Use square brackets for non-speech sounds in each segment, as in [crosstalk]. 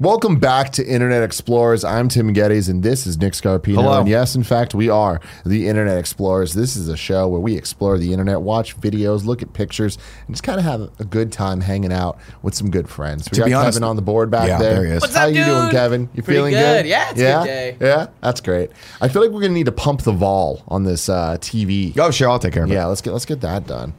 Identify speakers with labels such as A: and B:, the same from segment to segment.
A: Welcome back to Internet Explorers. I'm Tim Geddes, and this is Nick Scarpino.
B: Hello.
A: And yes, in fact, we are the Internet Explorers. This is a show where we explore the internet, watch videos, look at pictures, and just kind of have a good time hanging out with some good friends. We
B: To
A: got
B: be honest-
A: Kevin on the board back
B: Yeah,
A: there.
B: there he is. What's
A: How
C: up,
A: you doing,
C: dude?
A: Kevin? You
C: Pretty
A: feeling
C: good.
A: good?
C: Yeah, it's a good
A: yeah?
C: day.
A: Yeah, that's great. I feel like we're gonna need to pump the vol on this uh, TV.
B: Oh, sure, I'll take care of it.
A: Yeah, let's get let's get that done.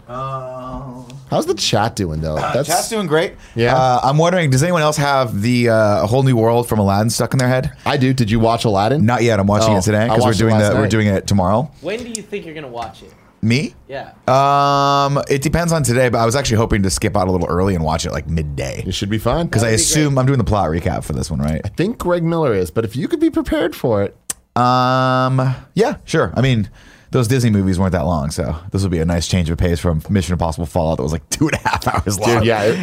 A: How's the chat doing though? That's
B: Um, Uh, Chat's doing great.
A: Yeah.
B: Uh, I'm wondering, does anyone else have the uh, whole new world from Aladdin stuck in their head?
A: I do. Did you watch Aladdin?
B: Not yet. I'm watching
A: Oh,
B: it today
A: I
B: because we're
A: watched it
B: doing
A: last
B: the we're
A: night.
B: doing it tomorrow.
C: When do you think you're gonna watch it?
B: Me?
C: Yeah.
B: Um, it depends on today, but I was actually hoping to skip out a little early and watch it like midday
A: It should be fine.
B: because I
C: That'd be
B: assume I'm doing the plot recap for this one, right?
A: think Greg Miller is, but if you could be prepared for it,
B: Um, yeah, sure. I mean, those Disney movies weren't that long, so this would be a nice change of pace from Mission Impossible Fallout that was like [laughs] two and a half hours long.
A: dude, yeah, it-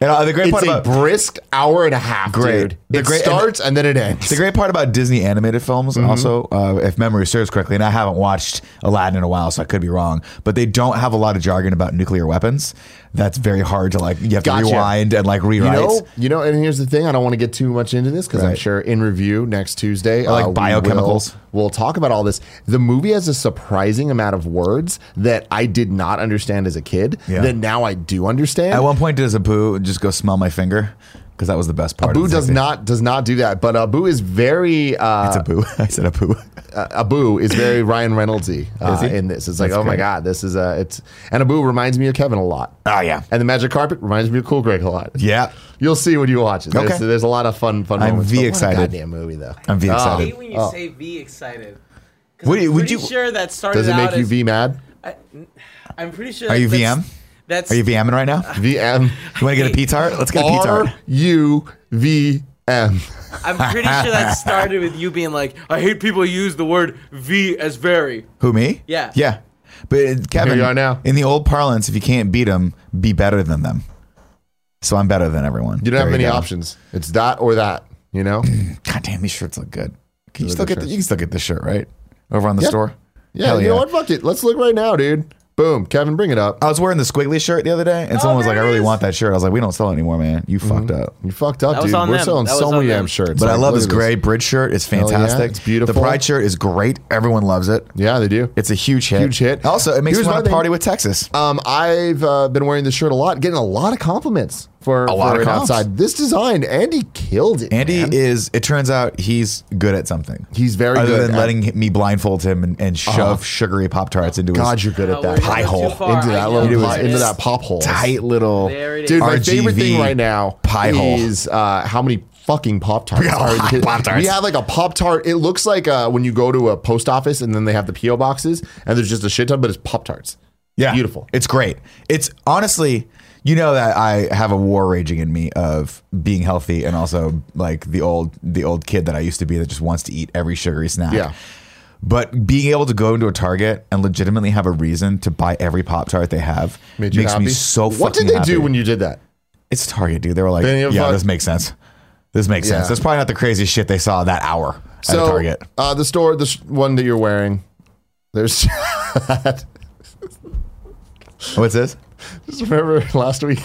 B: And uh, the great
A: it's
B: part
A: a
B: about
A: brisk hour and a half.
B: Great.
A: dude.
B: The
A: it
B: great- and-
A: starts and, then it ends.
B: The great part about Disney animated films,
A: Mm-hmm.
B: also, uh, if memory serves correctly, and I haven't watched Aladdin in a while, so I could be wrong, but they don't have a lot of jargon about nuclear weapons. That's very hard to like. You have
A: Gotcha.
B: to rewind and like
A: you
B: rewrite.
A: know, you know, and here's the thing. I don't want to get too much into this because I'm
B: Right.
A: sure in review next Tuesday, uh,
B: like
A: we
B: biochemicals.
A: will- We'll, talk about all this. The movie has a surprising amount of words that I did not understand as a kid.
B: Yeah.
A: That now I do understand.
B: At one point, does Abu just go smell my finger? Because that was the best part. of
A: Abu
B: this
A: does
B: activity.
A: not does not do that, but Abu is very uh,
B: It's Abu. [laughs] I said Abu.
A: uh, Abu is
B: [coughs]
A: very Ryan Reynoldsy uh,
B: Is he?
A: in this. It's like,
B: That's
A: oh my
B: great.
A: god, this is a it's and Abu reminds me of Kevin a lot,
B: oh yeah,
A: and the magic carpet reminds me of Cool Greg a lot.
B: yeah.
A: You'll see when you watch it. There's,
B: Okay.
A: there's a lot of fun, fun.
B: I'm
A: moments,
B: V
A: but what a
B: excited.
A: goddamn movie though.
B: I'm V
A: Oh.
C: I
B: excited.
C: hate when you say V excited. 'Cause
B: Would
C: I'm
B: uh. you- would
C: pretty
B: you-
C: sure that started
A: Does it make
C: out
A: you
C: as-
A: V mad?
C: I, am pretty sure.
B: Are you
C: that's-
B: VM?
C: That's
B: Are you VMing right now?
A: V
B: [laughs]
A: M
B: You want to get a P tart? Let's get a P tart.
A: R U V M.
C: I'm pretty sure
B: [laughs]
C: that started with you being like, I hate people who use the word V as very.
B: Who me?
C: Yeah.
B: Yeah. But uh, Kevin,
A: you are now.
B: In the old parlance, if you can't beat them, be better than them. So I'm better than everyone.
A: You don't have
B: There
A: many
B: go.
A: options. It's that or that. You know?
B: God damn, these shirts look good.
A: Those
B: Can you
A: are
B: still
A: good
B: get the,
A: shirts.
B: you can still get this shirt right over on the store.
A: Yeah.
B: Hell
A: you know what? Fuck it. Let's look right now, dude. Boom. Kevin, bring it up.
C: Uh,
B: I was wearing the squiggly shirt the other day,
A: Oh,
B: and someone was
C: there
B: like, "I
C: it
B: really
C: is.
B: want that shirt." I was like, "We don't sell it anymore, man. You fucked up."
A: You fucked up,
C: That was
A: dude.
C: on
A: We're
C: them.
A: selling
C: That
A: so
C: was on
A: many damn
C: them.
A: shirts.
B: But I
A: Mm-hmm. Like,
B: love
A: look
B: this
A: at
B: gray bridge shirt. It's
A: yeah.
B: fantastic.
A: It's beautiful.
B: The pride shirt is great. Everyone loves it.
A: Yeah, they do.
B: It's a huge hit.
A: Huge hit.
B: Also, it makes
A: Here's
B: me
A: my
B: want to
A: thing.
B: party with Texas.
A: Um, I've uh, been wearing this shirt a lot, getting a lot of compliments for,
B: A lot
A: for
B: of
A: it
B: comps.
A: outside. This design, Andy killed it.
B: Andy
A: man.
B: is. It turns out he's good at something.
A: He's very
B: other
A: good
B: than
A: at- Uh-huh.
B: letting me blindfold him and, and shove sugary pop tarts into
A: God,
B: his
A: you're good
C: Oh,
A: at
C: we're
A: that.
C: gonna
B: pie
C: go too
B: hole.
C: far.
A: into
C: I
A: that
C: know
A: little
C: where
B: was
A: pie,
C: it
A: into
C: is.
A: that pop hole.
B: tight little.
C: There it is.
A: Dude, my
B: RGV
A: favorite thing right now
B: pie hole.
A: is uh, how many fucking Pop Tarts
B: got a
A: are in
B: lot of
A: the-
B: Pop-Tarts.
A: We have like a Pop Tart. It looks like uh, when you go to a post office and then they have the P.O. boxes and there's just a shit ton, but it's Pop Tarts.
B: Yeah,
A: Beautiful.
B: It's great. It's honestly, you know that I have a war raging in me of being healthy and also like the old the old kid that I used to be that just wants to eat every sugary snack.
A: Yeah.
B: But being able to go into a Target and legitimately have a reason to buy every Pop Tart they have
A: Made you
B: makes
A: happy?
B: me so.
A: What
B: fucking
A: did they
B: happy.
A: do when you did that?
B: It's Target, dude. They were like,
A: They didn't give a
B: yeah,
A: fuck.
B: this makes sense. This makes
A: Yeah.
B: sense. That's probably not the craziest shit they saw that hour at a Target.
A: Uh, the store, the one that you're wearing, there's.
B: What's this?
A: Just remember [laughs] last week.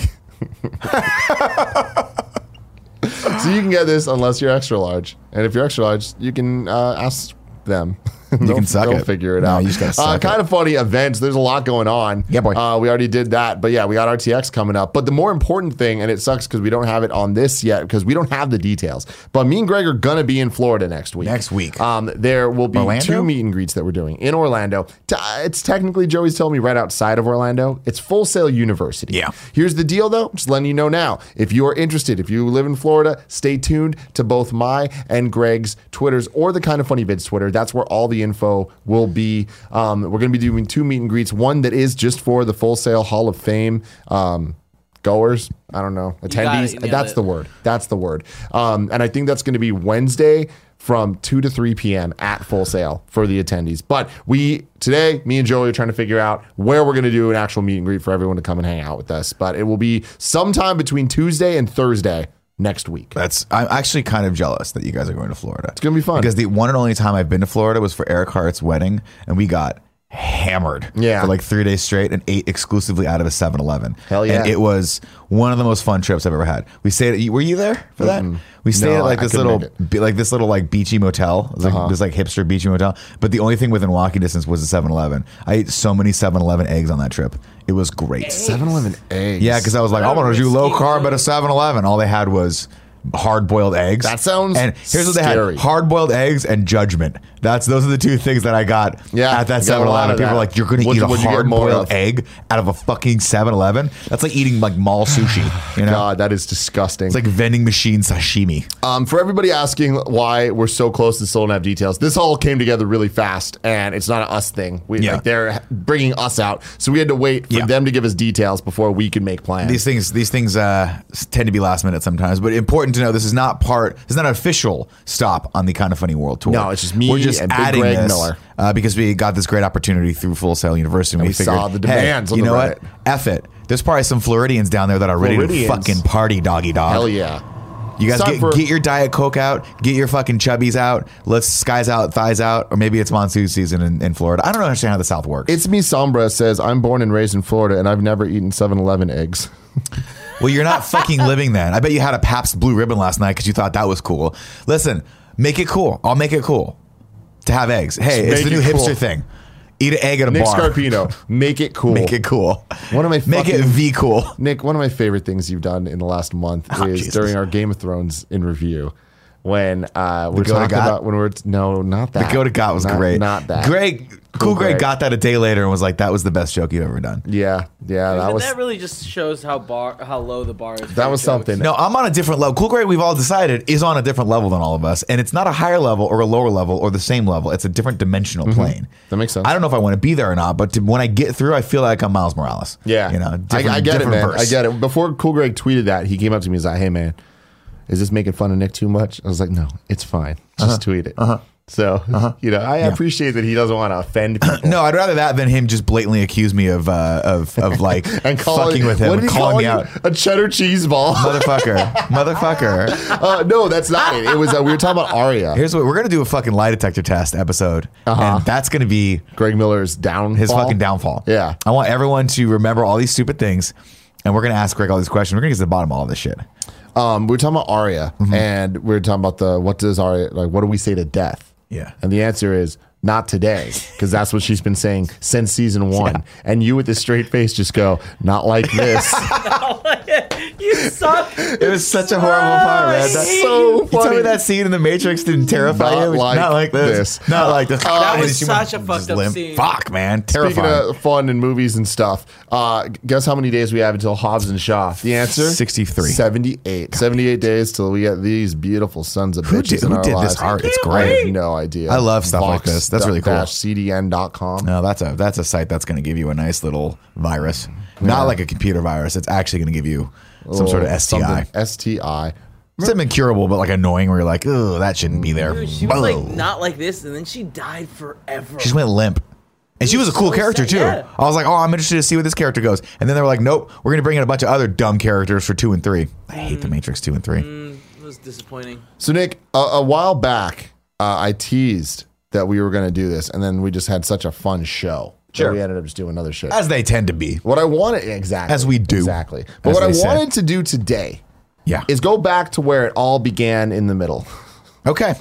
A: so you can get this unless you're extra large, and if you're extra large, you can uh, ask them. [laughs] You
B: can suck
A: they'll
B: it.
A: figure it
B: No,
A: out.
B: you just gotta
A: uh,
B: suck
A: kind of funny events. There's a lot going on.
B: Yeah, boy.
A: Uh, we already did that, but yeah, we got RTX coming up. But the more important thing, and it sucks because we don't have it on this yet because we don't have the details. But me and Greg are gonna be in Florida next week.
B: Next week.
A: um, there will be
B: Orlando?
A: two meet and greets that we're doing in Orlando. T- uh, It's technically Joey's telling me right outside of Orlando. It's Full Sail University.
B: Yeah.
A: Here's the deal, though. Just letting you know now. If you are interested, if you live in Florida, stay tuned to both my and Greg's Twitters or the Kind of Funny Vids Twitter. That's where all the info will be. Um, we're going to be doing two meet and greets. One that is just for the Full Sail Hall of Fame. Um, Goers, I don't know,
C: got
A: attendees.
C: it. You nailed
A: that's
C: it.
A: the word. That's the word. Um, and I think that's going to be Wednesday from 2 to 3 p.m. at full sale for the attendees. But we, today, me and Joey are trying to figure out where we're going to do an actual meet and greet for everyone to come and hang out with us. But it will be sometime between Tuesday and Thursday next week.
B: That's I'm actually kind of jealous that you guys are going to Florida. It's
A: gonna be fun.
B: because the one and only time I've been to Florida was for Eric Hart's wedding, and we got hammered
A: Yeah.
B: for like three days straight and ate exclusively out of a 7 Eleven.
A: Hell yeah.
B: And it was one of the most fun trips I've ever had. We stayed at, were you there for that? We stayed
A: No,
B: at like
A: I- I
B: this
A: couldn't
B: little,
A: make Uh-huh.
B: be- like this little like beachy motel. It was like this like hipster beachy motel. But the only thing within walking distance was a 7 Eleven. I ate so many 7 Eleven eggs on that trip. It was great.
A: 7 Eleven eggs.
B: Yeah, because I was like, I
C: That
B: want to do
C: risky
B: low carb
C: one.
B: at a 7 Eleven. All they had was hard boiled eggs.
A: That sounds
B: And here's what they
A: scary.
B: had hard boiled eggs and judgment. That's Those are the two things that I got
A: Yeah,
B: at
A: you got
B: that
A: a
B: 7
A: lot
B: Eleven.
A: of
B: People
A: that.
B: were like, you're going to
A: What'd you-
B: eat a
A: what'd you get
B: hard
A: more
B: boiled
A: of?
B: egg out of a fucking 7 Eleven? That's like eating like
A: [sighs]
B: mall sushi. You know?
A: God, that is disgusting.
B: It's like vending machine sashimi.
A: Um, for everybody asking why we're so close and still don't have details, this all came together really fast, and it's not an us thing. We,
B: Yeah.
A: like, they're bringing us out, so we had to wait for
B: Yeah.
A: them to give us details before we could make plans.
B: These things, these things uh, tend to be last minute sometimes, but important to know this is not part. This is not an official stop on the kind of funny world tour.
A: No, it's just me
B: We're just
A: and Big
B: adding
A: Greg
B: this,
A: Miller.
B: uh, because we got this great opportunity through Full Sail University. And we,
A: we
B: figured,
A: saw the
B: hey,
A: demands on
B: you
A: the
B: know
A: Reddit.
B: what? F it. There's probably some Floridians down there that are ready
A: Floridians.
B: to fucking party, doggy dog.
A: Hell yeah!
B: You guys
A: It's time
B: get,
A: for-
B: get your diet coke out, get your fucking chubbies out. Let's skies out, thighs out, or maybe it's monsoon season in, in Florida. I don't understand how the South works.
A: It's me, Sombra says I'm born and raised in Florida, and I've never eaten 7-Eleven eggs.
B: Well, you're not fucking living then. I bet you had a Pabst Blue Ribbon last night because you thought that was cool. Listen, make it cool. I'll make it cool to have eggs. Hey,
A: Just
B: it's the
A: make
B: new
A: it cool.
B: hipster thing. Eat an egg at a
A: Nick
B: bar.
A: Scarpino, make it cool.
B: Make it cool.
A: One of my
B: make it
A: fucking-
B: V cool.
A: Nick, one of my favorite things you've done in the last month
B: Oh,
A: is
B: Jesus.
A: during our Game of Thrones in review. When uh, we're
B: Go to
A: talking
B: God?
A: about when we're no, not that.
B: Go to God was
A: Not-
B: great.
A: Not that.
B: Greg, cool,
A: Cool
B: Greg,
A: Greg.
B: got that a day later and was like, "That was the best joke you've ever done."
A: Yeah, yeah, that
C: That,
A: was
C: that really just shows how bar, how low the bar is. for
A: that was
C: jokes.
A: something.
B: No, I'm on a different level. Cool Greg, we've all decided, is on a different level than all of us. And it's not a higher level or a lower level or the same level. It's a different dimensional plane.
A: Mm-hmm. That makes sense.
B: I don't know if I want to be there or not, but to, when I get through, I feel like I'm Miles Morales.
A: Yeah,
B: You know,
A: I,
B: different,
A: I get it,
B: different
A: man.
B: verse.
A: I get it. Before Cool Greg tweeted that, he came up to me and was like, "Hey, man, is this making fun of Nick too much?" I was like, "No, it's fine. Just
B: Uh-huh.
A: tweet it." So you know, I appreciate that he doesn't want to
B: [coughs]
A: offend people.
B: No, I'd rather that than him just blatantly accuse me of uh, of of like
A: [laughs] And calling,
B: fucking with him,
A: what did
B: and
A: he
B: calling
A: call
B: me
A: you?
B: out.
A: a cheddar cheese ball. [laughs]
B: Motherfucker, motherfucker.
A: uh, no, that's not it. It was uh, we were talking about
B: [laughs]
A: Aria.
B: Here's what we're gonna do a fucking lie detector test episode,
A: Uh-huh.
B: and that's gonna be
A: Greg Miller's down.
B: his fucking downfall.
A: Yeah.
B: I want everyone to remember all these stupid things, and we're gonna ask Greg all these questions. We're gonna get to the bottom of all this shit.
A: Um, we were talking about Aria,
B: Mm-hmm.
A: and we were talking about the what does Aria like? What do we say to death?
B: Yeah.
A: and the answer is not today, because that's what she's been saying since
B: [laughs]
A: season one. And you with this straight face just go, not like
B: [laughs]
A: this.
C: [laughs] You suck.
B: It was such a horrible part, man.
C: That's
B: That,
A: so
B: you tell
A: funny.
B: me that scene in The Matrix didn't terrify
A: Not
B: you? It's
A: like
B: not like this.
A: this.
B: Not like this.
C: That
B: God,
C: was
B: she
C: such a
B: went-
C: fucked
B: just
C: up
B: limp.
C: scene.
B: Fuck, man.
A: Speaking
B: Terrifying.
A: of fun and movies and stuff, uh, guess how many days we have until Hobbs and Shaw? The answer
B: 63.
A: 78. 78 days till we get these beautiful sons of
B: Who
A: bitches
B: did-
A: in
B: who
A: our
B: did this
A: lives.
B: art? It's
A: I
B: great.
A: have no idea.
B: I love stuff like this. That's really cool.
A: Vox-cdn.com.
B: No, that's a that's a site that's going to give you a nice little virus. Not like a computer virus. It's actually going to give you some sort of
A: Or
B: STI.
A: something. STI.
B: Something incurable, but like annoying. Where you're like, oh, that shouldn't be there.
C: Dude, she was like
B: Whoa.
C: not like this, and then she died forever.
B: She just went limp. And she was a cool
C: so
B: character
C: sad,
B: too.
C: yeah.
B: I was like, oh, I'm interested to see where this character goes. And then they were like, nope, we're going to bring in a bunch of other dumb characters for two and three. I hate the Matrix two and three.
C: it was disappointing.
A: So, Nick, a, a while back, uh, I teased that we were going to do this, and then we just had such a fun show. that
B: Sure.
A: We ended up just doing other shit.
B: As they tend to be.
A: what I wanted, exactly.
B: As we do.
A: Exactly. But
B: As
A: what I
B: they say.
A: wanted to do today
B: Yeah.
A: is go back to where it all began in the middle.
B: okay.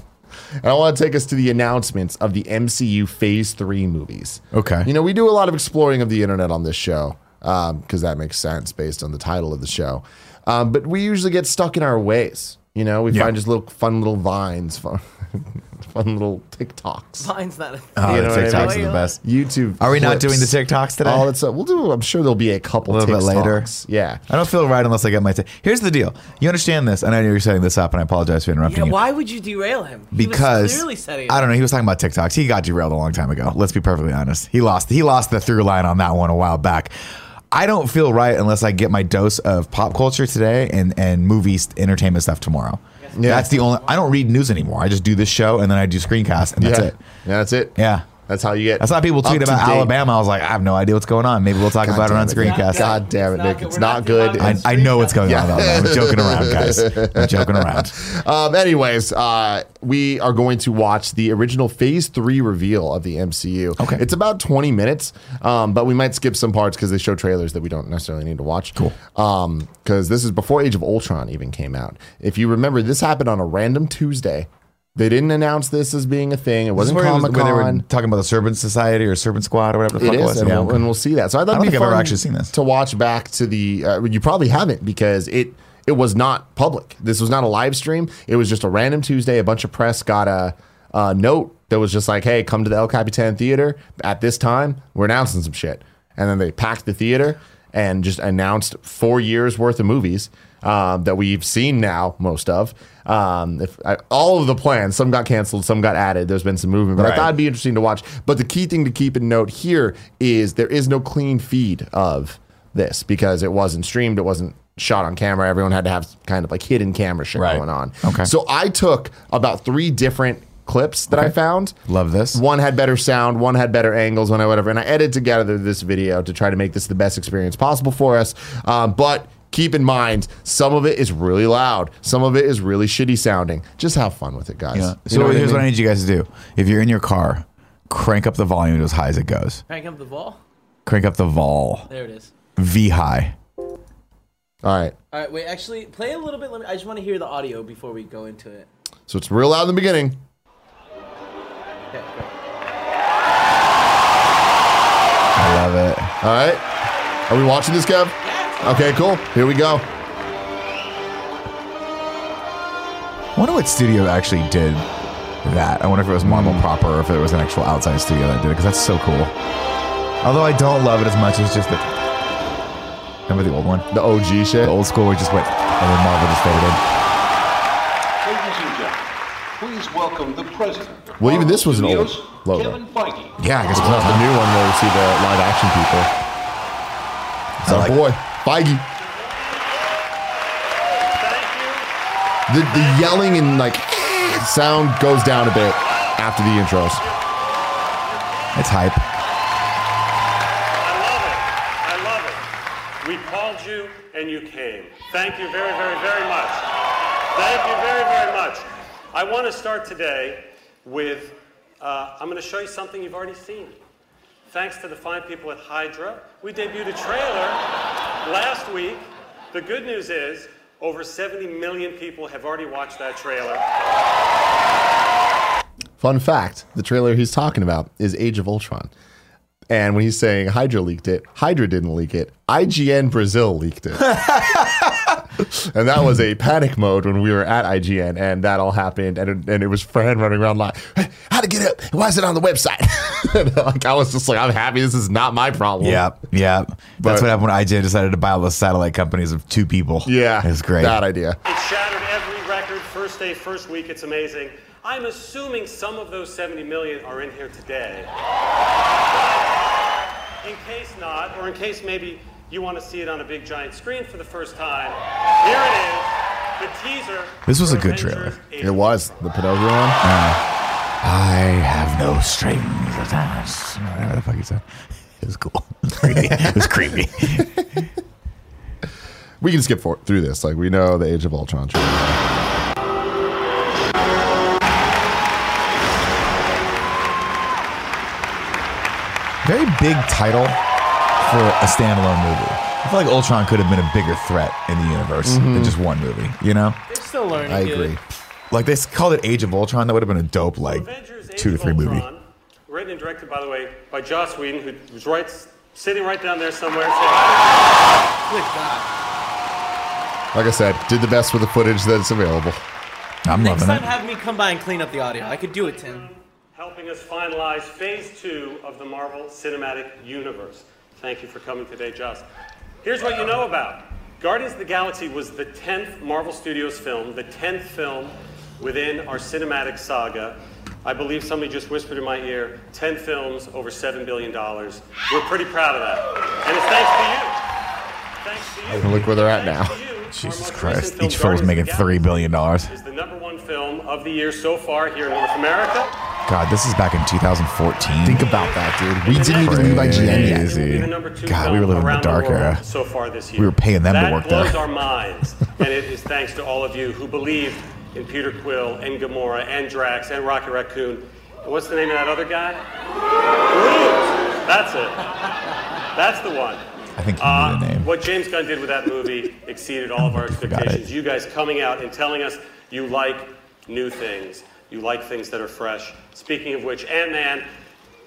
A: And I want to take us to the announcements of the MCU Phase 3 movies.
B: Okay.
A: You know, we do a lot of exploring of the internet on this show because that makes sense based on the title of the show. Um, but we usually get stuck in our ways. You know, we
B: Yeah.
A: find just little fun little vines, fun, [laughs] fun little TikToks,
C: Mine's not. A
B: Oh,
A: You know
B: the
A: what I mean?
B: TikToks are the best.
A: YouTube.
B: Are we not
A: clips,
B: doing the TikToks today?
A: All that stuff. We'll do. I'm sure there'll be a couple
B: A little bit later.
A: TikToks. Yeah.
B: I don't feel right unless I get my. T- Here's the deal. You understand this, and I know you're setting this up, and I apologize for interrupting
C: yeah,
B: you.
C: why would you derail him? He was
B: Because
C: clearly setting. it
B: I don't know, he was talking about TikToks. He got derailed a long time ago. Let's be perfectly honest. He lost. He lost the through line on that one a while back. I don't feel right unless I get my dose of pop culture today and and movies, entertainment stuff tomorrow.
A: Yeah.
B: That's the only. I don't read news anymore. I just do this show and then I do screencasts and that's
A: yeah.
B: it.
A: Yeah, that's it.
B: Yeah.
A: That's how you get.
B: I saw people tweet
A: up to
B: about
A: date.
B: Alabama. I was like, I have no idea what's going on. Maybe we'll talk about it
A: damn
B: on
A: it.
B: screencast.
A: God damn it,
C: It's
A: Nick. It's
C: not good. We're
A: not
C: not
A: good.
C: doing
A: and-
B: I, I know what's going on.
A: Yeah.
B: out there. I'm joking around, guys. I'm joking around.
A: Um, anyways, uh, we are going to watch the original Phase Three reveal of the MCU.
B: Okay.
A: it's about twenty minutes, um, but we might skip some parts because they show trailers that we don't necessarily need to watch. Cool. Because this is before Age of Ultron even came out. If you remember, this happened on a random Tuesday. They didn't announce this as being a thing. It wasn't
B: Where it was-
A: Comic
B: where they were
A: Con.
B: talking about the Serpent Society or Serpent Squad or whatever the
A: It
B: fuck it
A: is,
B: was.
A: and,
B: Yeah,
A: we'll,
B: okay.
A: and we'll see that. So I thought
B: don't
A: it'd be
B: think I've ever
A: fun
B: actually seen this.
A: to watch back to the. Uh, you probably haven't because it it was not public. This was not a live stream. It was just a random Tuesday. A bunch of press got a, a note that was just like, "Hey, come to the El Capitan Theater at this time. We're announcing some shit." And then they packed the theater and just announced four years worth of movies um, that we've seen now, most of. Um, if I, all of the plans, some got canceled, some got added. There's been some movement, but I
B: Right.
A: thought it'd be interesting to watch. But the key thing to keep in note here is there is no clean feed of this because it wasn't streamed, it wasn't shot on camera. Everyone had to have kind of like hidden camera shit
B: Right.
A: going on.
B: Okay.
A: So I took about three different clips that I found.
B: Love this.
A: One had better sound, one had better angles, one had whatever. And I edited together this video to try to make this the best experience possible for us. Um, but keep in mind, some of it is really loud, some of it is really shitty sounding. Just have fun with it, guys.
B: Yeah.
A: You
B: So
A: know what I
B: here's
A: mean?
B: what I need you guys to do. If you're in your car, crank up the volume to as high as it goes.
C: Crank up the ball.
B: Crank up the vol.
C: There it is.
B: V high.
A: All right.
C: All right, wait. Actually, play a little bit. Let me. I just want to hear the audio before we go into it.
A: So it's real loud in the beginning.
C: Okay, great.
B: I love it.
A: All right. Are we watching this, Kev? Okay, cool. Here we go.
B: I wonder what studio actually did that. I wonder if it was Marvel
A: Hmm.
B: proper or if it was an actual outside studio that did it because that's so cool. Although I don't love it as much, it's just that. Remember the old one?
A: The OG shit.
B: The old school where it just went, and then Marvel just faded in.
D: Ladies and gentlemen, please welcome the president. of
A: Well, even this was an
D: Marvel
A: old
D: Studios,
A: logo.
D: Kevin Feige.
B: Yeah, I guess
A: That's
B: it
A: the
B: was
A: new one where we see the live action people. It's our boy,
B: like-
A: Feige. The, the yelling and like sound goes down a bit after the intros.
B: It's hype.
E: I love it. I love it. We called you and you came. Thank you very, very, very much. Thank you very, very much. I want to start today with uh, I'm going to show you something you've already seen. Thanks to the fine people at Hydra, we debuted a trailer last week. The good news is over 70 million people have already watched that trailer.
A: Fun fact the trailer he's talking about is Age of Ultron. And when he's saying Hydra leaked it, Hydra didn't leak it. IGN Brazil leaked it. and that was a panic mode when we were at IGN, and that all happened. And it, and it was Fran running around like, "Hey, "How to get up? Why is it on the website?" [laughs] And, like I was just like, "I'm happy. This is not my problem."
B: Yep, yep.
A: But-
B: That's what happened when IJ decided to buy all the satellite companies of two people.
A: yeah,
B: It's great.
A: That idea.
E: It shattered every record first day, first week. It's amazing. I'm assuming some of those 70 million are in here today. In case not, or in case maybe you want to see it on a big giant screen for the first time, here it is. The teaser.
B: This was a
E: for
B: good trailer.
E: Avengers Age
A: It was the Pinocchio one.
B: I have no strings attached. Whatever the fuck he [laughs] said. It was cool. It was [laughs] creepy. it was creepy.
A: [laughs] we can skip for, through this. Like we know the Age of Ultron trailer.
B: Very big title for a standalone movie. I feel like Ultron could have been a bigger threat in the universe than just one movie, you know?
C: They're still learning.
A: Mm-hmm. I
C: dude.
A: agree.
B: Like they s- called it Age of Ultron, that would have been a dope like
E: Avengers Age
B: two to
E: of
B: three movie.
E: Ultron, Written and directed, by the way, by Joss Whedon, who was right, sitting right down there somewhere. Say hi.
C: Good God.
A: Like I said, did the best with the footage that's available.
B: I'm
C: Next
B: loving
C: time,
B: it.
C: have me come by and clean up the audio. I could do it, Tim.
E: helping us finalize phase two of the Marvel Cinematic Universe. Thank you for coming today, Joss. Here's what you know about Guardians of the Galaxy was the 10th Marvel Studios film, the 10th film within our cinematic saga. I believe somebody just whispered in my ear 10 films over $7 billion. We're pretty proud of that. And it's thanks to you. Thanks to you.
A: Look where they're at now.
E: Thanks to you. Our
B: Jesus
E: most
B: Christ.
E: recent film,
B: Each film was
E: Guardians of the
B: making $3
E: Galaxy
B: billion.
E: is the number one film of the year so far here in North America.
B: God, this is back in 2014.
A: Think about that, dude. We didn't even leave IGN yet.
B: Crazy.
E: Even number two
B: God,
E: film
B: we were living in the
E: around
B: dark
E: world
B: era.
E: So far this year,
B: We were paying them to
E: That
B: work there.
E: blows our minds, and it is thanks to all of you who believed in Peter Quill and Gamora and Drax and Rocket Raccoon. And what's the name of that other guy? Groot. That's it. That's the one.
B: I think you
E: Uh,
B: knew the name.
E: what James Gunn did with that movie exceeded all
B: [laughs]
E: of our
B: think you got it.
E: expectations. You guys coming out and telling us you like new things, you like things that are fresh. Speaking of which, Ant Man,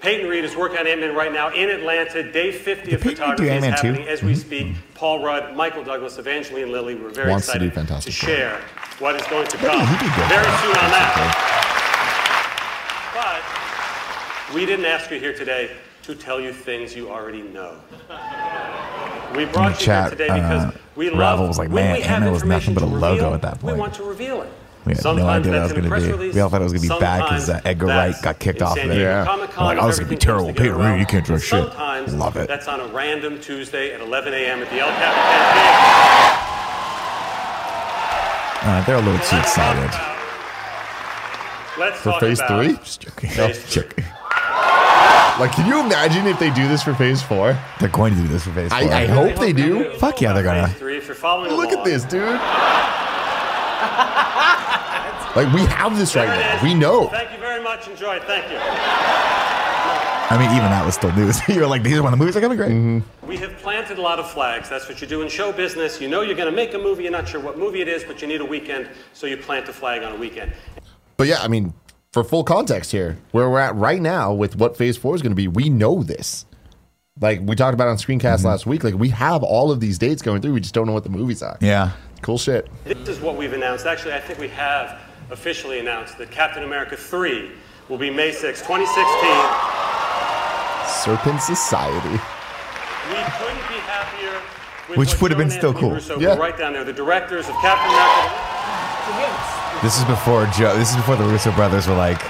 E: Peyton Reed is working on Ant Man right now in Atlanta. Day 50 of
B: Peyton Reed do
E: photography is
B: Ant-Man too? Mm-hmm.
E: happening as we speak. Paul Rudd, Michael Douglas, Evangeline Lilly, we're very
A: Wants to do
E: excited
A: fantastic work.
E: share what is going to
B: Maybe
E: come
B: he'd be good.
E: very soon on that. But we didn't ask you here today to tell you things you already know. We brought you
B: chat,
E: here today because
B: uh,
E: we
B: Ravel
E: love
B: was like,
E: when
B: "Man,
E: we have
B: Ant-Man was nothing
E: information
B: but a
E: to
B: logo
E: reveal,
B: at that
E: We
B: point."
E: want to reveal it.
B: We had no idea that was
E: in a
B: gonna
E: press
B: be- we all thought it was gonna be bad 'cause,
E: sometimes
B: uh, Edgar Wright
E: that's
B: got kicked
E: in
B: off
E: San
B: of it.
E: Diego
A: Yeah.
E: Comic-Con,
B: Like,
E: if
B: "Oh, this is gonna be
E: everything comes
B: terrible.
E: together
B: Peter Reed, you can't
E: well."
B: do shit.
E: Sometimes
B: Love it.
E: That's on a random Tuesday at 11 a.m. at the El Capitan.
B: Uh, they're a little too
E: Let's talk
B: excited.
E: about- Let's
A: For
E: talk
A: phase
E: about
A: three?
E: Phase three.
A: Like, can you imagine if they do this for phase four?
B: They're going to do this for phase
A: I-
B: four.
A: I hope they do.
B: Fuck yeah, they're gonna.
E: Phase three, if you're following
A: Look at
E: along.
A: this, dude. Like, we have this right
E: There it
A: now.
E: is.
A: We know.
E: Thank you very much. Enjoy. Thank you.
B: I mean, even that was still news. [laughs] you were like, these are when the movies are gonna be great.
E: We have planted a lot of flags. That's what you do in show business. You know you're going to make a movie. You're not sure what movie it is, but you need a weekend, so you plant a flag on a weekend.
A: But yeah, I mean, for full context here, where we're at right now with what phase four is going to be, we know this. Like we talked about on screencast
B: Mm-hmm.
A: last week, like we have all of these dates going through. We just don't know what the movies are.
B: Yeah.
A: Cool shit.
E: This is what we've announced. Actually, I think we have officially announced that Captain America 3 will be May 6, 2016.
A: Serpent Society.
E: We couldn't be happier. With
B: Which
E: what
B: would have been
E: Joe
B: still
E: Anthony
B: cool.
E: Russo
A: Yeah.
E: were Right down there, the directors of Captain America.
B: This is before Joe. This is before the Russo brothers were like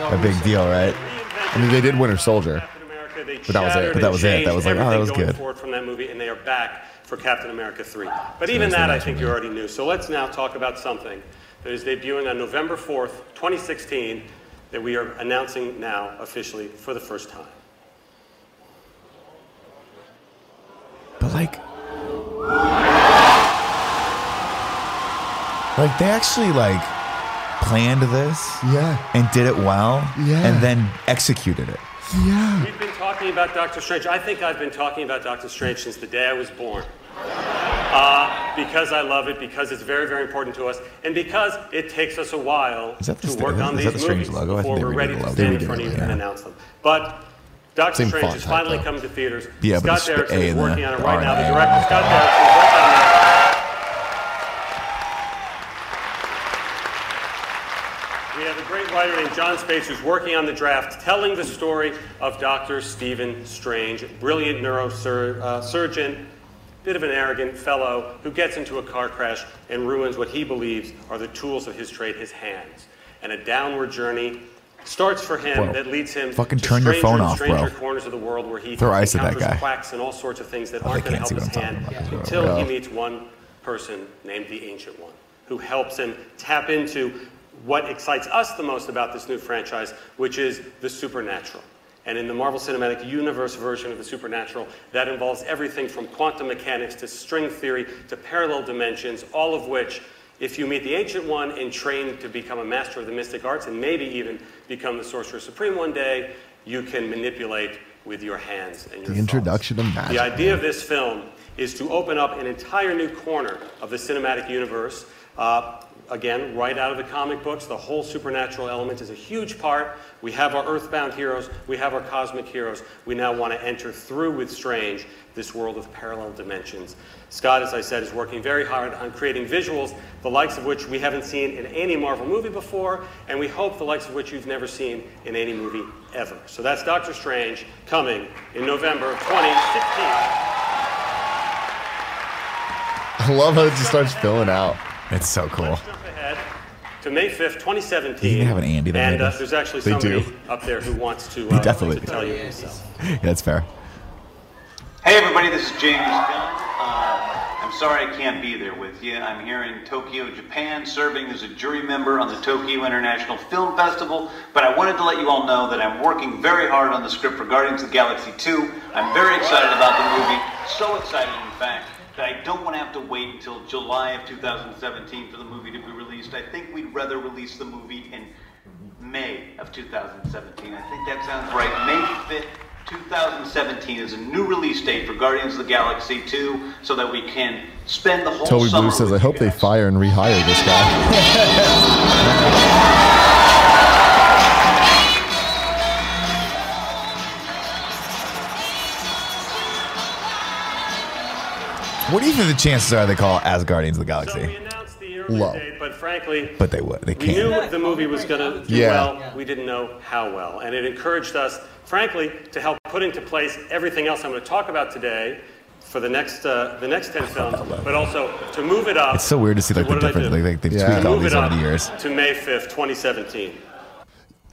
B: a big deal, right?
E: reinvented
A: I mean, they did Winter Soldier.
E: Captain America. They
A: that was it.
E: shattered
A: But
B: that
E: and
B: was it. That
E: changed
B: was like, oh, that
E: everything
B: was
E: going
B: good.
E: Forward from that movie, and they are back for Captain America 3. But even that, I think you already knew. So let's now talk about something that is debuting on November 4th, 2016, that we are announcing now officially for the first time.
B: But like, like they actually like planned this
A: Yeah.
B: and did it well,
A: Yeah.
B: and then executed it.
A: Yeah.
E: We've been talking about Doctor Strange. I think I've been talking about Doctor Strange since the day I was born. Uh, because I love it, because it's very, very important to us, and because it takes us a while
B: Is that the
E: to
B: sta-
E: work
B: is
E: on
B: that
E: these
B: the Strange
E: movies
B: logo? I
E: before
B: think they
E: we're
B: redid
E: ready
B: the
E: to
B: logo.
E: stand in
A: They
E: front of
A: redid
E: you
A: it,
E: and
A: yeah.
E: announce them. But Doctor
A: Same
E: Strange
A: font
E: is
A: type,
E: finally
A: though.
E: coming to theaters.
B: Yeah, but
E: Scott
B: it's the
E: Derrickson
B: A
E: is
B: and the
E: working on it right
B: R
E: now.
B: and
E: The
B: A.
E: director, Scott Derrickson, is working on it. We have a great writer named John Spates who's working on the draft, telling the story of Dr. Stephen Strange, brilliant neurosurgeon, uh, surgeon, bit of an arrogant fellow who gets into a car crash and ruins what he believes are the tools of his trade, his hands. And a downward journey starts for him
B: Bro,
E: that leads him
B: fucking
E: to
B: turn your
E: stranger
B: phone
E: and
B: off, bro.
E: stranger corners of the world where he
B: Throw ice at that
E: encounters
B: guy.
E: quacks and all sorts of things that
B: Oh, they
E: aren't going to
B: can't
E: help
B: see
E: his
B: what I'm
E: hand
B: talking about.
E: until he
A: Yeah.
E: meets one person named the Ancient One, who helps him tap into what excites us the most about this new franchise, which is the supernatural. And in the Marvel Cinematic Universe version of the supernatural, that involves everything from quantum mechanics to string theory to parallel dimensions, all of which, if you meet the Ancient One and train to become a master of the mystic arts and maybe even become the Sorcerer Supreme one day, you can manipulate with your hands and your
A: The introduction of
E: thoughts.
A: magic.
E: The idea of this film is to open up an entire new corner of the cinematic universe. Uh, again, right out of the comic books, the whole supernatural element is a huge part. We have our earthbound heroes, we have our cosmic heroes. We now want to enter through with Strange this world of parallel dimensions. Scott, as I said, is working very hard on creating visuals, the likes of which we haven't seen in any Marvel movie before, and we hope the likes of which you've never seen in any movie ever. So that's Doctor Strange coming in November of 2016.
A: I love how it just starts filling out.
B: It's so cool.
E: Let's jump ahead to May 5th, 2017.
B: They even have an Andy that
E: And
B: made
E: uh,
B: this.
E: there's actually
A: They
E: somebody
A: do.
E: up there who wants to, uh,
B: definitely
E: to
B: do.
E: tell you himself.
B: Yeah, that's fair.
F: Hey everybody, this is James Gunn. Uh,
D: I'm sorry I can't be there with you. I'm here in Tokyo, Japan, serving as a jury member on the Tokyo International Film Festival, but I wanted to let you all know that I'm working very hard on the script for Guardians of the Galaxy 2. I'm very excited about the movie, so excited, in fact, that I don't want to have to wait until July of 2017 for the movie to be released. I think we'd rather release the movie in May of 2017. I think that sounds right. May 5th, 2017 is a new release date for Guardians of the Galaxy 2 so that we can spend the whole
A: Toby
D: summer
A: Blue says,
D: with
A: I
D: you
A: hope they
D: guys."
A: fire and rehire this guy.
B: What do you think the chances are they call it as Guardians of the
E: So we
B: Galaxy?
E: announced the early
A: Low.
E: date, but frankly,
B: But they would. They
E: we
B: can't.
E: knew the movie was going to do
A: Yeah.
E: well. We didn't know how well, and it encouraged us, frankly, to help put into place everything else I'm going to talk about today for the next uh, the next ten films, but also to move it up.
B: It's so weird to see like the
E: What did I
B: difference.
E: do?
B: Like, like they've
A: Yeah.
B: tweaked all
E: move
B: these
E: it
B: over
E: up
B: the years.
E: to May 5th, 2017.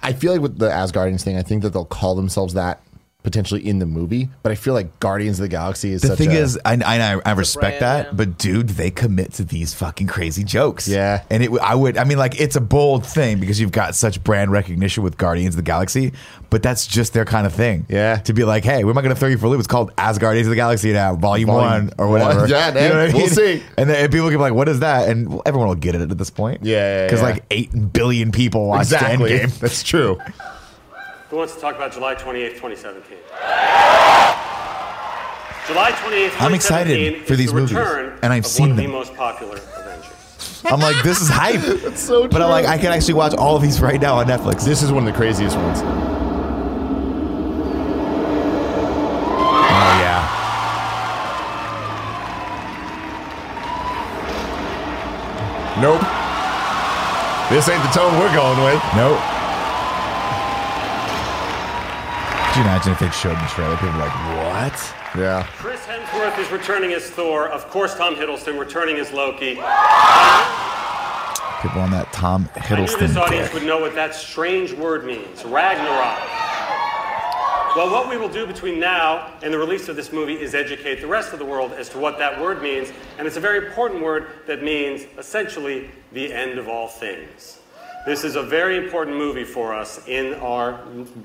A: I feel like with the Asgardians thing, I think that they'll call themselves that potentially in the movie, but I feel like Guardians of the Galaxy is
B: The
A: such
B: thing
A: a-
B: is, I, I, I respect
C: brand,
B: that,
C: yeah.
B: but dude, they commit to these fucking crazy jokes.
A: Yeah.
B: and it, w- I would, I mean, like it's a bold thing because you've got such brand recognition with Guardians of the Galaxy, but that's just their kind of thing.
A: Yeah.
B: to be like, hey, we're not going to throw you for a loop. It's called As Guardians of the Galaxy now, Volume,
A: Volume-
B: One or whatever.
A: Yeah,
B: [laughs] You know
A: man,
B: what I
A: we'll
B: mean?
A: see.
B: And then and people can be like, what is that? And well, everyone will get it at this point.
A: Yeah, yeah,
B: because
A: yeah.
B: like eight billion people watched
A: Exactly. [laughs]
B: Endgame.
A: That's true.
E: Who wants to talk about July 28th, 2017? July 28th, 2017
B: I'm excited for
E: is
B: these
E: the
B: movies,
E: return
B: and I've
E: of
B: seen
E: one
B: them.
E: of the most popular Avengers.
B: I'm like, this
A: [laughs]
B: is hype.
A: so
B: But I'm
A: true.
B: like, I can actually watch all of these right now on Netflix.
A: This is one of the craziest ones.
B: Oh yeah.
A: Nope. This ain't the tone we're going with.
B: Nope. Could you imagine if they showed the trailer? People were like, what?
A: Yeah.
E: Chris Hemsworth is returning as Thor. Of course, Tom Hiddleston returning as Loki.
B: People on that Tom
E: I knew this
B: Hiddleston
E: audience
B: dick.
E: would know what that strange word means Ragnarok. Well, what we will do between now and the release of this movie is educate the rest of the world as to what that word means, and it's a very important word that means essentially the end of all things. This is a very important movie for us in our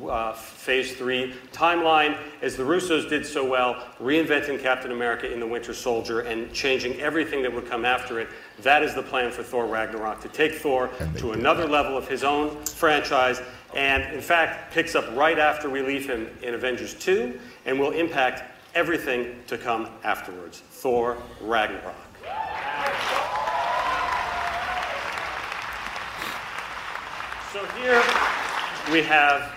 E: uh, phase three timeline, as the Russos did so well, reinventing Captain America in The Winter Soldier and changing everything that would come after it. That is the plan for Thor Ragnarok to take Thor to another level of his own franchise, and in fact, picks up right after we leave him in Avengers 2 and will impact everything to come afterwards. Thor Ragnarok. So here we have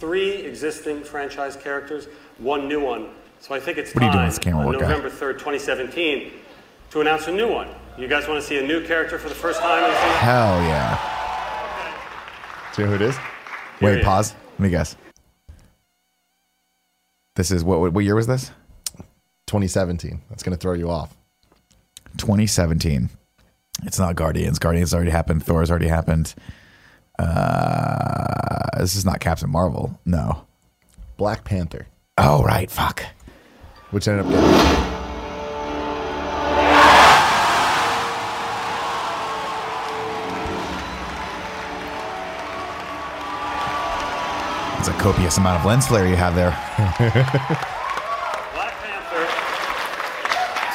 E: three existing franchise characters, one new one. So I think it's
B: What are you
E: time
B: doing with this camera
E: on
B: work, guy?
E: November 3rd, 2017, to announce a new one. You guys want to see a new character for the first time? in the season?
B: Hell yeah.
A: See who it is?
E: Here
B: Wait,
E: he
B: pause. Let me guess. This is what? What what year was this?
A: 2017. That's gonna throw you off.
B: 2017. It's not Guardians. Guardians already happened. Thor's already happened. Uh, this is not Captain Marvel. No.
A: Black Panther,
B: Oh right. Fuck.
A: which ended up getting
B: It's a copious amount of lens flare you have there.
E: Black Panther,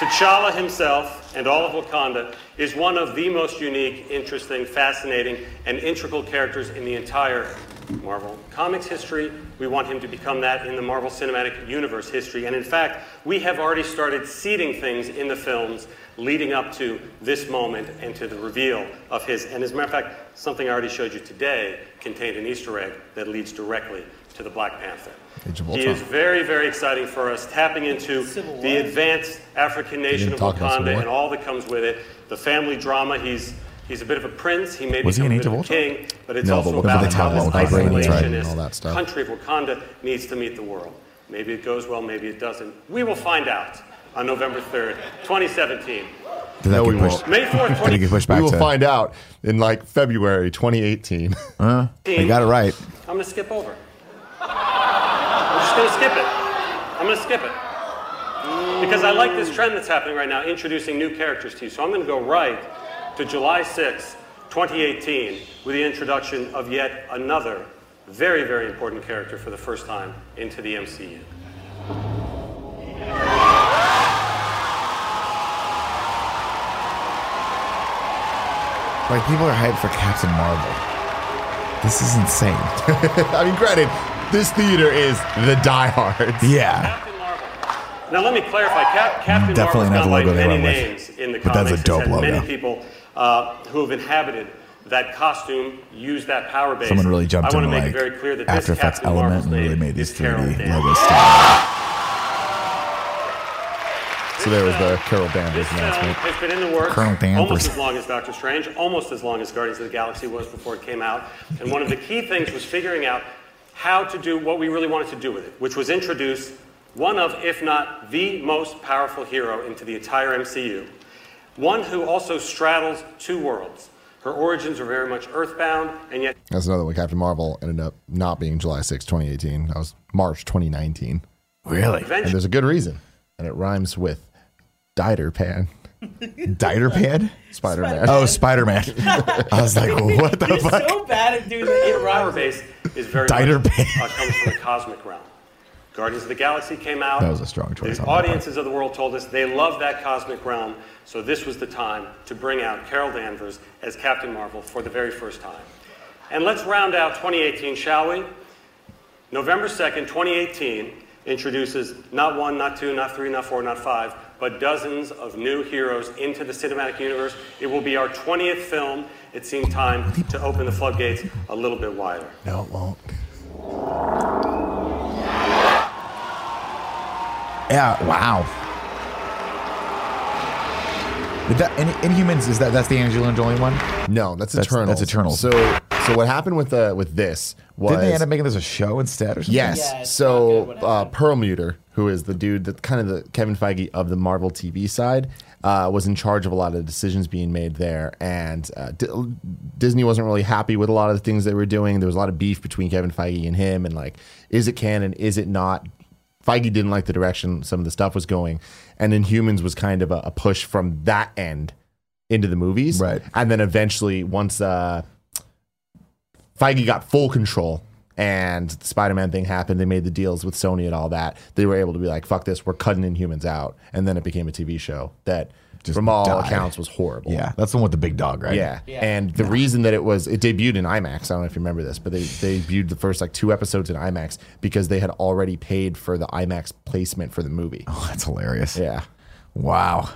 E: T'Challa himself, and all of Wakanda is one of the most unique, interesting, fascinating, and integral characters in the entire Marvel Comics history. We want him to become that in the Marvel Cinematic Universe history. And in fact, we have already started seeding things in the films leading up to this moment and to the reveal of his. And as a matter of fact, something I already showed you today contained an Easter egg that leads directly to the Black Panther.
A: Age of
E: He
A: Ultron.
E: is very, very exciting for us, tapping into the advanced African nation of
A: talk about Civil
E: Wakanda
A: War.
E: and all that comes with it. The family drama, he's, he's a bit of a prince, he may
B: Was he
E: become
B: in
E: a
B: Age
E: bit
B: of
E: of a
B: Ultron?
E: king, but it's
A: No,
E: also
A: but what
E: about
A: about the
E: how
A: Time
E: this
A: Lord Vibranium, right, and
E: isolationist
A: all that stuff.
E: country of Wakanda needs to meet the world. Maybe it goes well, maybe it doesn't. We will find out on November 3rd, 2017.
B: Did that
A: No,
B: get
A: we
B: pushed?
A: won't.
E: May 4th,
B: Did it get
E: 2017.
B: pushed back
A: We will
B: to?
A: find out in like February [laughs] 2018.
B: they got it right.
E: I'm going to skip over. I'm just going to skip it. I'm going to skip it. because I like this trend that's happening right now, introducing new characters to you. So I'm going to go right to July 6th, 2018, with the introduction of yet another very, very important character for the first time into the MCU.
B: Like people are hyped for Captain Marvel. This is insane.
A: [laughs] I mean, granted, this theater is the diehards.
B: yeah.
E: Captain Marvel. Now let me clarify. Cap- Captain
B: Definitely
E: Marvel's
B: not the
E: gone by
B: logo they went
E: many
B: with.
E: names in the
B: But that's
E: comics.
B: a
E: It's
B: dope
E: had
B: logo.
E: Many people uh, who have inhabited that costume use that power base.
B: Someone really jumped
E: I want
B: into
E: to
B: like
E: make it very clear that
B: After
E: this
B: Effects
E: Captain
B: element
E: Marvel's
B: and really
E: name
B: made these
E: is Carol
B: 3D
E: Danvers.
B: logos stand.
A: So there was the Carol
E: This
A: Danvers
E: film
A: announcement.
E: has been in the works
B: uh, Colonel Danvers.
E: almost as long as Doctor Strange, almost as long as Guardians of the Galaxy was before it came out. And one of the key things was figuring out how to do what we really wanted to do with it, which was introduce one of, if not the most powerful hero into the entire MCU. One who also straddles two worlds. Her origins are very much earthbound, and yet
A: That's another one. Captain Marvel ended up not being July 6, 2018. That was March 2019.
B: Really?
A: And there's a good reason. And it rhymes with Dieter Pan,
B: Dieter pad?
A: Spider Man.
F: Spider-
B: Oh, Spider Man. I was [laughs] like, what
C: [laughs]
B: the
F: You're
B: fuck?
F: so bad at doing [laughs] the
E: The power base is very
B: Dieter
E: much,
B: Pan.
E: uh, comes from the cosmic realm. Guardians of the Galaxy came out.
B: That was a strong choice
E: The
B: on my part.
E: audiences of the world told us they love that cosmic realm, so this was the time to bring out Carol Danvers as Captain Marvel for the very first time. And let's round out 2018, shall we? November 2nd, 2018 introduces not one, not two, not three, not four, not five, but dozens of new heroes into the cinematic universe. It will be our 20th film. It seemed time to open the floodgates a little bit wider.
A: No, it won't.
B: Yeah, wow. Did that, in, Inhumans, is that that's the Angelina Jolie one?
A: No, that's
B: That's-
A: eternal.
B: that's Eternals.
A: So, so what happened with the with this was
B: Didn't they end up making this a show instead or something?
A: Yes.
F: Yeah, it's not
A: so
F: good, what
A: uh,
F: happened.
A: Perlmuter, who is the dude that kind of the Kevin Feige of the Marvel TV side, uh, was in charge of a lot of the decisions being made there, and uh, D- Disney wasn't really happy with a lot of the things they were doing. There was a lot of beef between Kevin Feige and him, and like, is it canon? Is it not? Feige didn't like the direction some of the stuff was going, and Inhumans was kind of a, a push from that end into the movies,
B: Right.
A: And then eventually, once uh, Feige got full control and the Spider-Man thing happened. They made the deals with Sony and all that. They were able to be like, fuck this, we're cutting Inhumans out. And then it became a TV show that from all
B: died.
A: accounts was horrible.
B: Yeah, that's the one with the big dog, right?
A: Yeah.
F: Yeah.
A: And the reason that it was it debuted in IMAX, I don't know if you remember this, but they, they debuted the first like two episodes in IMAX because they had already paid for the IMAX placement for the movie.
B: [laughs] Oh, that's hilarious.
A: Yeah.
B: Wow.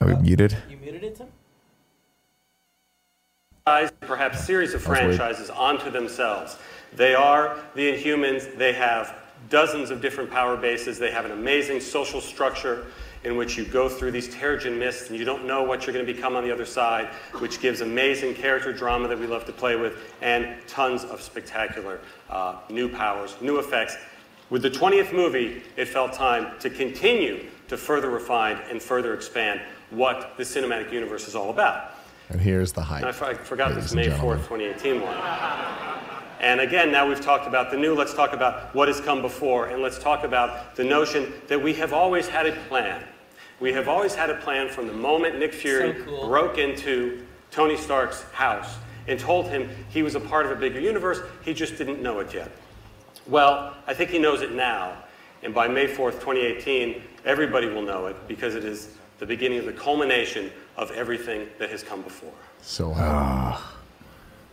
B: Are we muted?
F: You muted it, Tim?
E: franchise, perhaps series of franchises onto themselves. They are the Inhumans. They have dozens of different power bases. They have an amazing social structure in which you go through these Terrigen mists and you don't know what you're going to become on the other side, which gives amazing character drama that we love to play with and tons of spectacular uh, new powers, new effects. With the 20th movie, it felt time to continue to further refine and further expand what the cinematic universe is all about.
A: And here's the
E: And I,
A: hype.
E: for- I forgot
A: Ladies
E: this
A: and
E: May
A: gentlemen.
E: 4th, 2018 one. And again, now we've talked about the new, let's talk about what has come before, and let's talk about the notion that we have always had a plan. We have always had a plan from the moment Nick Fury
F: So cool.
E: broke into Tony Stark's house and told him he was a part of a bigger universe, he just didn't know it yet. Well, I think he knows it now. And by May 4th, 2018, everybody will know it because it is the beginning of the culmination of everything that has come before.
A: So hype.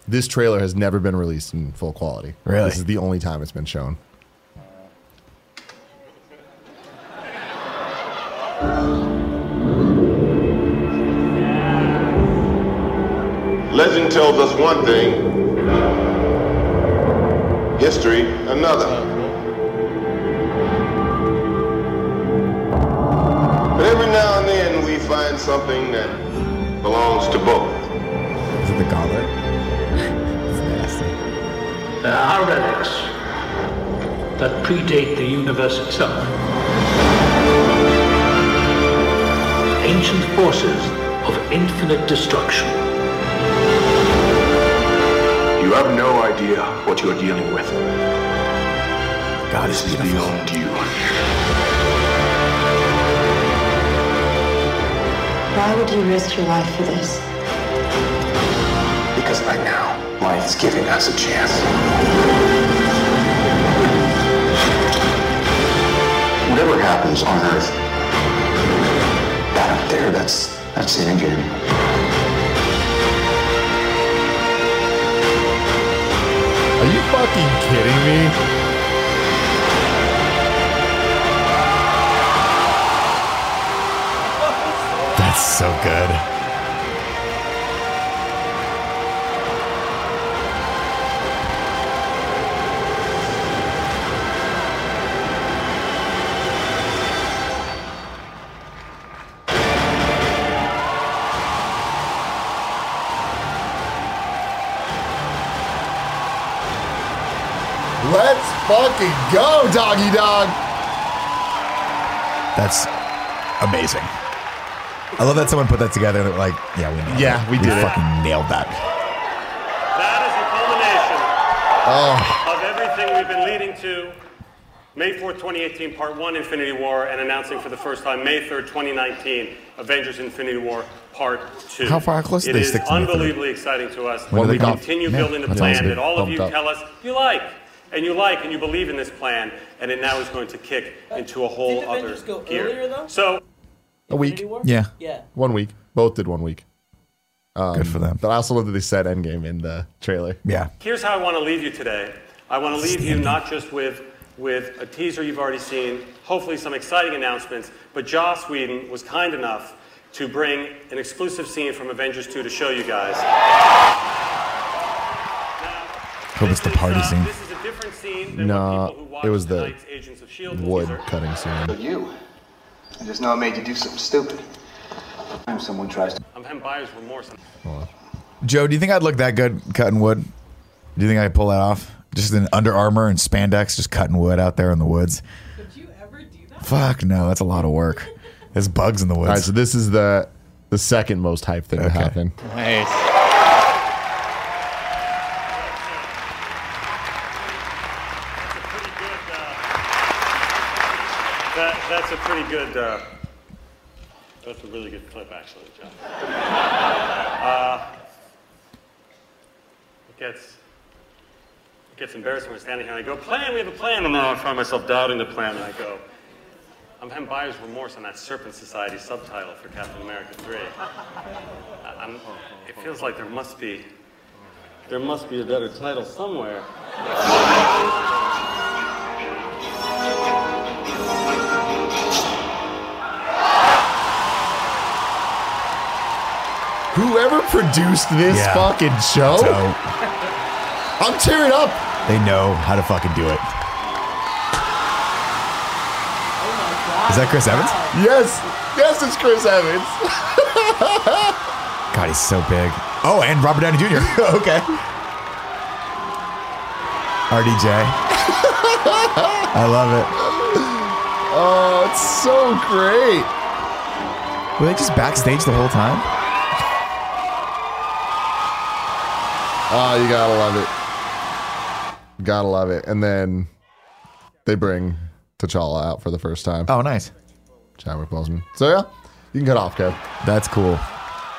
A: This trailer has never been released in full quality.
B: Really?
A: This is the only time it's been shown.
G: Legend tells us one thing, history another. But every now and then we find something that belongs to both.
B: Is it the goblet? it's nasty.
H: There are relics that predate the universe itself. Ancient forces of infinite destruction.
G: You have no idea what you're dealing with.
B: God,
G: This
B: it's
G: is
B: beautiful.
G: beyond you.
F: would you risk your life for this?
I: Because right now, life is giving us a chance. Whatever happens on Earth, that up there, that's that's the end game.
A: Are you fucking kidding me?
B: That's so good.
A: Let's fucking go, doggy dog.
B: That's amazing. I love that someone put that together. and They were like, "Yeah, we nailed
A: Yeah,
B: it.
A: we did it.
B: Fucking nailed that."
E: That is the culmination
B: Oh.
E: of everything we've been leading to. May 4th, 2018, Part 1, Infinity War, and announcing for the first time May 3rd, 2019, Avengers Infinity War Part 2.
B: How far close did
E: It
B: they
E: is
B: stick to May 3rd?
E: unbelievably exciting to us.
B: When
A: do
E: we
A: they come?
E: continue
B: Yeah,
E: building the
B: that's
E: plan
B: awesome.
E: that all of you
A: Bumped up.
E: tell us you like, and you like, and you believe in this plan, and it now is going to kick into a whole
J: Didn't
E: other
J: Avengers go
E: gear.
J: earlier, though?
E: So,
A: A week.
J: War?
B: Yeah,
J: Yeah.
A: One week. Both did one week.
B: good for them.
A: But I also love that they said Endgame in the trailer.
B: Yeah,
E: Here's how I want to leave you today. I want to leave you not just with with a teaser you've already seen, hopefully some exciting announcements, but Joss Whedon was kind enough to bring an exclusive scene from Avengers 2 to show you guys.
B: hope it's the
E: This is,
B: party
E: uh,
B: scene.
E: This is a different scene than
A: Nah,
E: what people who watched
A: it was the
E: tonight's Agents of S.H.I.E.L.D.
A: Wood
E: E teaser.
A: cutting scene.
I: You. I just know I made you do something stupid. Time someone tries to.
E: I'm having buyer's remorse.
B: Joe, do you think I'd look that good cutting wood? Do you think I could pull that off? Just in Under Armour and spandex, just cutting wood out there in the woods.
J: Did you ever do that?
B: Fuck no, that's a lot of work. There's bugs in the
A: All right, so
B: woods.
A: this is the the second most hype thing to
B: Okay.
A: happen.
E: Pretty good, uh, that, that's a pretty good. Uh, that's a really good clip, actually, John. Uh, it gets it gets embarrassing when I'm standing here and I go, "Plan, we have a plan," and then I find myself doubting the plan, and I go, "I'm having buyer's remorse on that Serpent Society subtitle for Captain America 3." I- I'm, it feels like there must be there must be a better title somewhere.
A: Whoever produced this
B: Yeah.
A: fucking show,
B: So
A: I'm tearing up.
B: they know how to fucking do it. Is that Chris Evans?
A: Yes, yes, it's Chris Evans.
B: God, he's so big. Oh, and Robert Downey Jr. [laughs] okay. RDJ. I love it.
A: Oh, it's so great.
B: Were they just backstage the whole time?
A: Oh, you gotta love it. Gotta love it. And then they bring T'Challa out for the first time.
B: Oh, nice.
A: Chadwick Boseman. So yeah, you can cut off, Kev.
B: That's cool.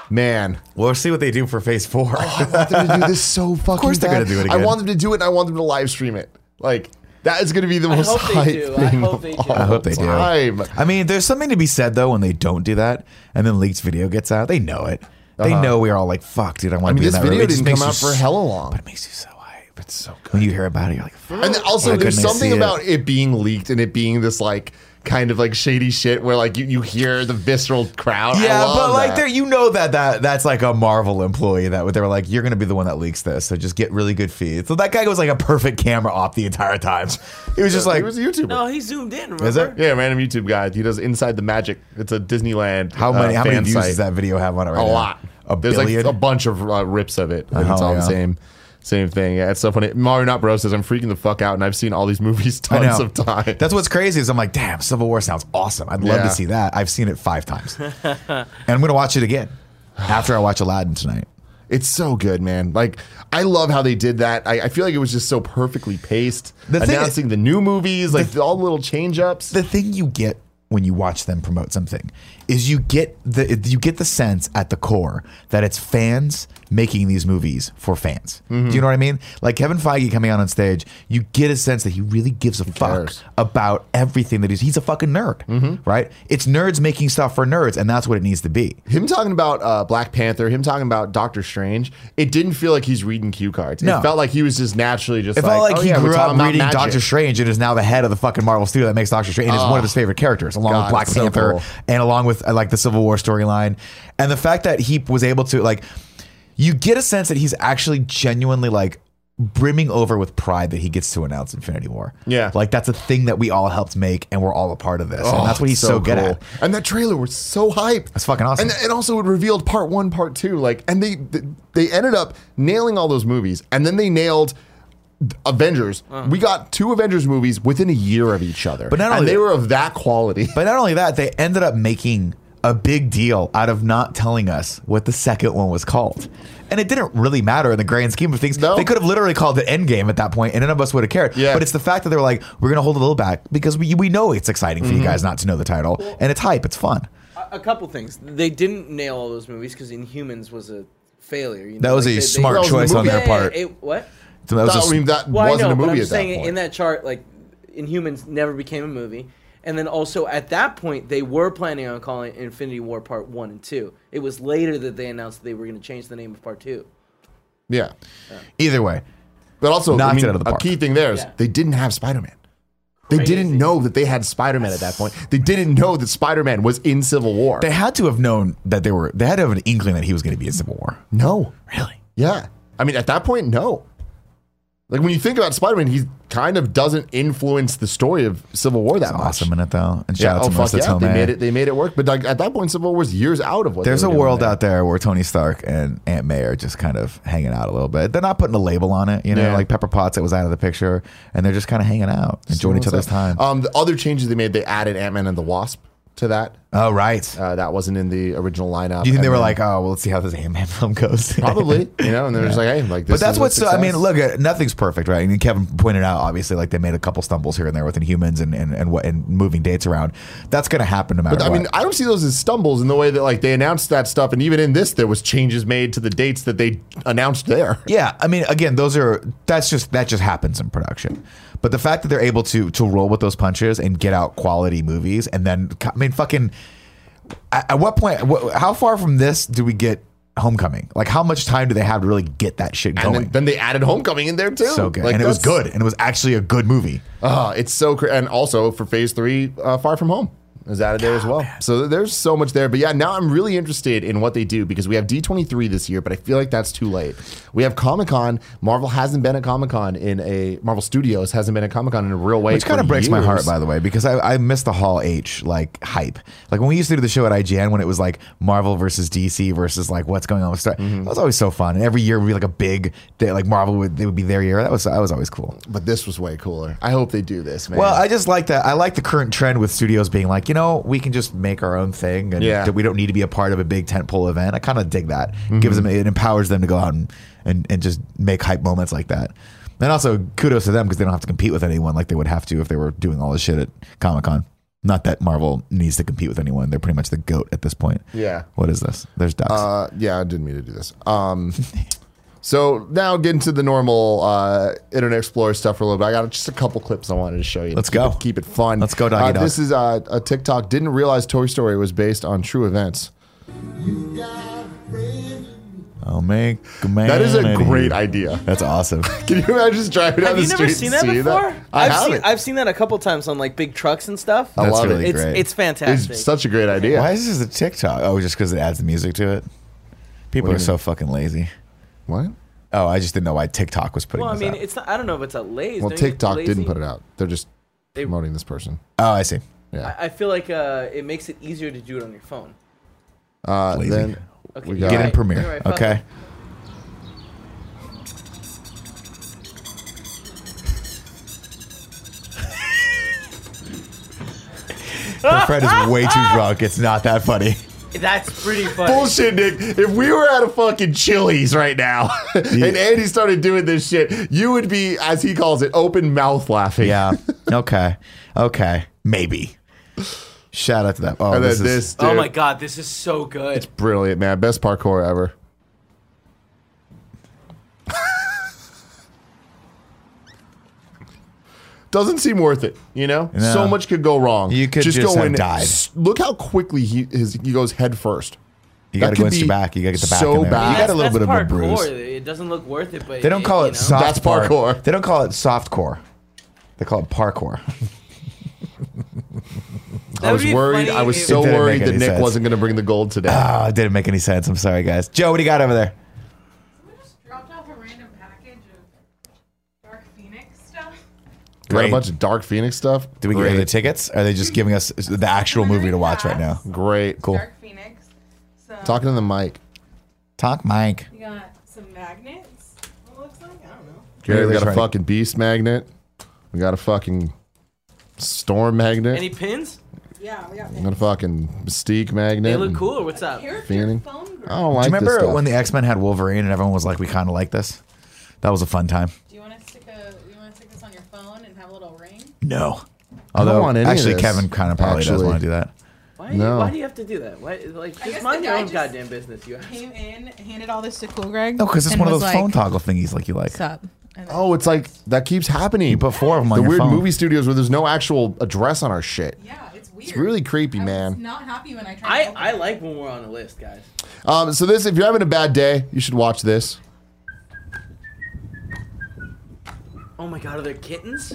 A: Man,
B: We'll see what they do for phase four.
A: them to do this so fucking. Of
B: course they're gonna do it
A: I
B: again.
A: want them to do it, and I want them to live stream it. Like that is gonna be the most
J: hope they
A: hype
J: do. I
A: thing
J: hope
A: of
J: they do.
A: all
J: I
B: hope they do.
A: time.
B: I mean, there's something to be said though when they don't do that, and then leaked video gets out. They know it. They know we are all like, "Fuck, dude, I
A: Uh-huh.
B: want
A: I mean,
B: to be in
A: this
B: that."
A: video
B: room." It just
A: didn't
B: makes
A: come
B: you
A: out for
B: so-
A: hella long.
B: But it makes you so hype. It's so good when you hear about it. You're like, "Fuck."
A: And then also,
B: Why
A: there's
B: couldn't I
A: something
B: see
A: about
B: it?
A: it? being leaked and it being this like kind of like shady shit where like you, you hear the visceral crowd. I
B: Yeah,
A: love
B: but like, there
A: that.
B: you know that that that's like a Marvel employee that they were like, "You're gonna be the one that leaks this, so just get really good feeds." So that guy was like a perfect camera op the entire time. He was just
A: he
B: like,
A: was a YouTuber.
J: No, he zoomed in. Remember?
B: "Is it?"
A: Yeah, random YouTube guy. He does Inside the Magic. It's a Disneyland.
B: How many
A: uh,
B: how many
A: fan
B: views
A: site.
B: does that video have on it? Right
A: a
B: now?
A: lot.
B: A
A: There's
B: billion.
A: like a bunch of uh, rips of it. And it's
B: Oh,
A: all
B: yeah.
A: the same, same thing. Yeah, it's so funny. Mario Not Bro says I'm freaking the fuck out, and I've seen all these [laughs] movies
B: I
A: tons
B: know.
A: of times.
B: That's what's crazy is I'm like, damn, Civil War sounds awesome. I'd love
A: Yeah.
B: to see that. I've seen it
A: [laughs]
B: five times, and I'm gonna watch it again after I watch Aladdin tonight.
A: it's so good, man. Like I love how they did that. I, I feel like it was just so perfectly paced.
B: The thing
A: announcing the new movies, like all the little change ups.
B: The thing you get when you watch them promote something is you get the you get the sense at the core that it's fans making these movies for fans. Do you
A: Mm-hmm.
B: know what I mean? Like Kevin Feige coming out on stage, you get a sense that he really gives a fuck
A: cares. Mm-hmm.
B: about everything that he's he's a fucking nerd, right? It's nerds making stuff for nerds, and that's what it needs to be.
A: him talking about uh, Black Panther, him talking about Doctor Strange, it didn't feel like he's reading cue cards.
B: No.
A: It felt like he was just naturally just
B: It
A: like,
B: felt like
A: oh,
B: he
A: yeah, we're
B: grew
A: talking
B: up
A: about
B: reading
A: magic.
B: Doctor Strange and is now the head of the fucking Marvel studio that makes Doctor Strange and is one of his favorite characters, along
A: God,
B: with Black
A: so
B: Panther
A: cool.
B: and along with uh, like the Civil War storyline, and the fact that he was able to like, you get a sense that he's actually genuinely like brimming over with pride that he gets to announce Infinity War.
A: Yeah. Oh,
B: like that's a thing that we all helped make, and we're all a part of this, and that's what he's so, good
A: cool.
B: at.
A: And that trailer was so hype.
B: That's fucking awesome.
A: And, and also, it revealed part one, part two. Like, and they they ended up nailing all those movies, and then they nailed. Avengers. We got two Avengers movies within a year of each other,
B: But not
A: and
B: only
A: they
B: that-
A: were of that quality.
B: But not only that, they ended up making a big deal out of not telling us what the second one was called. And it didn't really matter in the grand scheme of things.
A: No.
B: They could have literally called it Endgame at that point, and none of us would have cared.
A: Yeah.
B: But it's the fact that they were like, we're going to hold a little back because we, we know it's exciting for
A: Mm-hmm.
B: you guys not to know the title, and it's hype, it's fun.
C: A, a couple things. They didn't nail all those movies because Inhumans was a failure. You know?
B: That was a smart
A: that was the
B: choice on
A: movie.
B: their
C: Yeah,
B: part.
C: it- what?
B: So that was
A: That- [laughs]
B: a-
A: I mean, that
C: Well,
A: wasn't
C: I know,
A: a
C: but
A: movie
C: I'm
A: at that
C: saying
A: point.
C: in that chart, like Inhumans never became a movie, and then also at that point they were planning on calling it Infinity War Part One and Two. It was later that they announced that they were going to change the name of Part Two.
A: yeah,
B: Either way,
A: but also
B: Knocked
A: I mean,
B: it out of the
A: a
B: park.
A: key thing there is
C: Yeah.
A: they didn't have Spider Man. They didn't know that they had Spider Man at that point. They didn't know that Spider Man was in Civil War.
B: they had to have known that they were, they had to have an inkling that he was going to be in Civil War.
A: no,
B: Really?
A: Yeah. I mean, at that point, no. Like when you think about Spider Man, he kind of doesn't influence the story of Civil War that much.
B: Awesome in it, though. And shout
A: Yeah.
B: out
A: Oh
B: to
A: fuck
B: Marissa
A: yeah!
B: Tomei.
A: They made it. They made it work. But like at that point, Civil War was years out of what.
B: There's
A: they
B: a
A: were doing
B: world
A: there.
B: out there where Tony Stark and Aunt May are just kind of hanging out a little bit. They're not putting a label on it, you know,
A: Yeah.
B: like Pepper Potts that was out of the picture, and they're just kind of hanging out, enjoying each other's time.
A: Um, the other changes they made, they added Ant Man and the Wasp to that.
B: oh, right.
A: Uh, that wasn't in the original lineup.
B: Do you think
A: And
B: they were
A: then-
B: like, oh, well, let's see how this Ant Man [laughs] film
A: [laughs]
B: goes? [laughs]
A: probably? You know, and they're just like, hey, like. This
B: But that's
A: is a
B: what's. I mean,
A: success.
B: look, uh, nothing's perfect, right? And Kevin pointed out, obviously, like they made a couple stumbles here and there with Inhumans and and and, what, and moving dates around. That's going to happen no matter.
A: But I
B: what.
A: mean, I don't see those as stumbles in the way that like they announced that stuff, and even in this, there was changes made to the dates that they announced there.
B: Yeah, I mean, again, those are that's just that just happens in production. But the fact that they're able to to roll with those punches and get out quality movies, and then I mean, fucking, at at what point? What, how far from this do we get Homecoming? Like, how much time do they have to really get that shit
A: And
B: going?
A: then, then they added Homecoming in there too.
B: so good,
A: Like,
B: and it was
A: that's-
B: good, and it was actually a good movie.
A: Uh, it's so cra- and also for phase three, uh, Far From Home is added there as well. So th- there's so much there. But yeah, now I'm really interested in what they do because we have D23 this year, but I feel like that's too late. We have Comic Con. Marvel hasn't been at Comic Con in a Marvel Studios hasn't been at Comic Con in a real way.
B: Which kind
A: for
B: of breaks my heart,
A: years.
B: by the way, because I, I miss the Hall H like hype. Like when we used to do the show at IGN, when it was like Marvel versus DC versus like what's going on with Star.
A: Mm-hmm.
B: That was always so fun, and every year would be like a big day, like Marvel would they would be their year. That was that was always cool.
A: But this was way cooler. I hope they do this, man.
B: Well, I just like that. I like the current trend with studios being like, you know, we can just make our own thing, and
A: Yeah. Mm-hmm.
B: that we don't need to be a part of a big tentpole event. I kind of dig that. Gives them it empowers them to go out and, and and just make hype moments like that. And also kudos to them because they don't have to compete with anyone like they would have to if they were doing all this shit at Comic Con. Not that Marvel needs to compete with anyone. They're pretty much the goat at this point.
A: Yeah.
B: What is this? There's ducks.
A: Uh, yeah, I didn't mean to do this. Um, [laughs] so now getting to the normal uh, Internet Explorer stuff for a little bit. I got just a couple clips I wanted to show you.
B: Let's
A: Keep
B: go.
A: it- keep it fun.
B: Let's go, Doggy
A: Uh,
B: Dog.
A: This is uh, a TikTok. Didn't realize Toy Story was based on true events.
B: I'll make a man.
A: That is a
B: out of
A: great
B: you.
A: idea. [laughs]
B: That's awesome. [laughs]
A: Can you imagine just driving down
C: Have
A: the
C: you
A: street
C: never seen
A: and
C: that
A: seeing
C: before?
A: I
C: have
A: have
C: seen
A: it.
C: I've seen that a couple times on like big trucks and stuff.
B: That's
A: love it.
B: really
A: It's-
B: great.
C: It's it's fantastic.
A: It's such a great idea.
B: Why is this a TikTok? Oh, just because it adds the music to it. People
A: What do you
B: are so fucking lazy.
A: What?
B: Oh, I just didn't know why TikTok was putting
C: well, I
B: this
C: mean,
B: out.
C: it's not, I don't know if it's a lazy.
A: Well, TikTok didn't put it out. They're just promoting this person.
B: oh, I see.
A: Yeah.
C: I feel like uh, it makes it easier to do it on your phone.
A: Uh,
B: lazy.
A: then
C: Okay,
A: we got
C: you're
B: Get in
C: right.
B: Premiere,
C: You're right, fuck
B: [laughs] okay?
C: it.
B: But Fred is way
C: [laughs]
B: too drunk. It's not that funny.
C: That's pretty funny.
A: Bullshit, Nick. If we were at a fucking Chili's right now and Andy started doing this shit, you would be, as he calls it, open mouth laughing.
B: Yeah. Okay. Okay. Maybe. Shout out to that. Oh,
A: and
B: this
A: then
B: is
A: this, dude,
C: Oh my god, this is so good.
A: brilliant, man. Best parkour ever. [laughs] Doesn't seem worth it, you know.
B: No.
A: So much could go wrong.
B: You could just have died.
A: s- Look how quickly he his, he goes head first.
B: you
A: that
B: got to
A: could
B: go against your
A: be
B: back. You got to get the back.
A: so
B: in there.
A: bad.
B: You got a little
C: That's-
B: bit of a
C: that's
B: bruise.
C: parkour. It doesn't look worth it, but
B: They don't call
C: you
B: it
C: know.
B: soft
A: That's
B: park.
A: parkour.
B: They don't call it soft core. They call
A: [laughs]
B: it parkour.
C: That
A: I
C: would
A: was
C: be
A: worried.
C: funny
A: I was
C: if-
A: so
B: It didn't
A: worried
B: make
A: that
B: any
A: Nick
B: sense.
A: wasn't going to bring the gold today.
B: Ah, it didn't make any sense. I'm sorry, guys. Joe, what do you got over there?
J: Someone just dropped off a random package of Dark Phoenix stuff.
A: Got
B: Great.
A: a bunch of Dark Phoenix stuff.
B: Do we get
A: Great.
B: the tickets? Are they just giving us the actual movie to watch right now?
A: Great.
B: Cool.
J: Dark Phoenix. So
A: Talking to the mic.
B: Talk, Mike.
J: you got some magnets. It looks like I don't know.
A: Okay, we
B: that's
A: got a
B: right.
A: fucking beast magnet. We got a fucking storm magnet.
C: [laughs] Any pins?
J: Yeah, we got.
A: we got a fucking mystique magnet.
C: They look
A: and
C: cool. or What's up?
J: Character
A: Fiending.
J: phone group.
A: I don't
B: Do
A: like
B: you
A: this
B: remember
A: stuff.
B: when the X Men had Wolverine and everyone was like, "We kind of like this"? That was a fun time.
J: Do you want to stick a? You want to stick this on your phone and have a little ring?
B: No. Although,
A: want any of
B: actually,
A: this,
B: Kevin kind of probably does
A: actually.
B: want to do that.
C: Why,
A: No.
C: why do you have to do that? Why, like,
J: guess
C: just
J: the
C: mind your
J: guy
C: own
J: just-
C: goddamn business. You
J: Came in, handed all this to Cool Greg.
B: No, because Oh, it's
J: and
B: one of
J: was
B: those phone
J: like,
B: toggle thingies like you like.
J: "What's up?" And then-
A: oh, it's like that keeps happening.
B: You put four of them on
A: the
B: your
A: weird
B: phone.
A: movie studios where there's no actual address on our shit.
J: Yeah, it's weird.
A: It's really creepy,
J: I was
A: man.
J: not happy when I tried. to
C: I,
J: open
C: I
J: it.
C: like when we're on a list, guys.
A: Um, so this, if you're having a bad day, you should watch this.
C: Oh my god, are there kittens?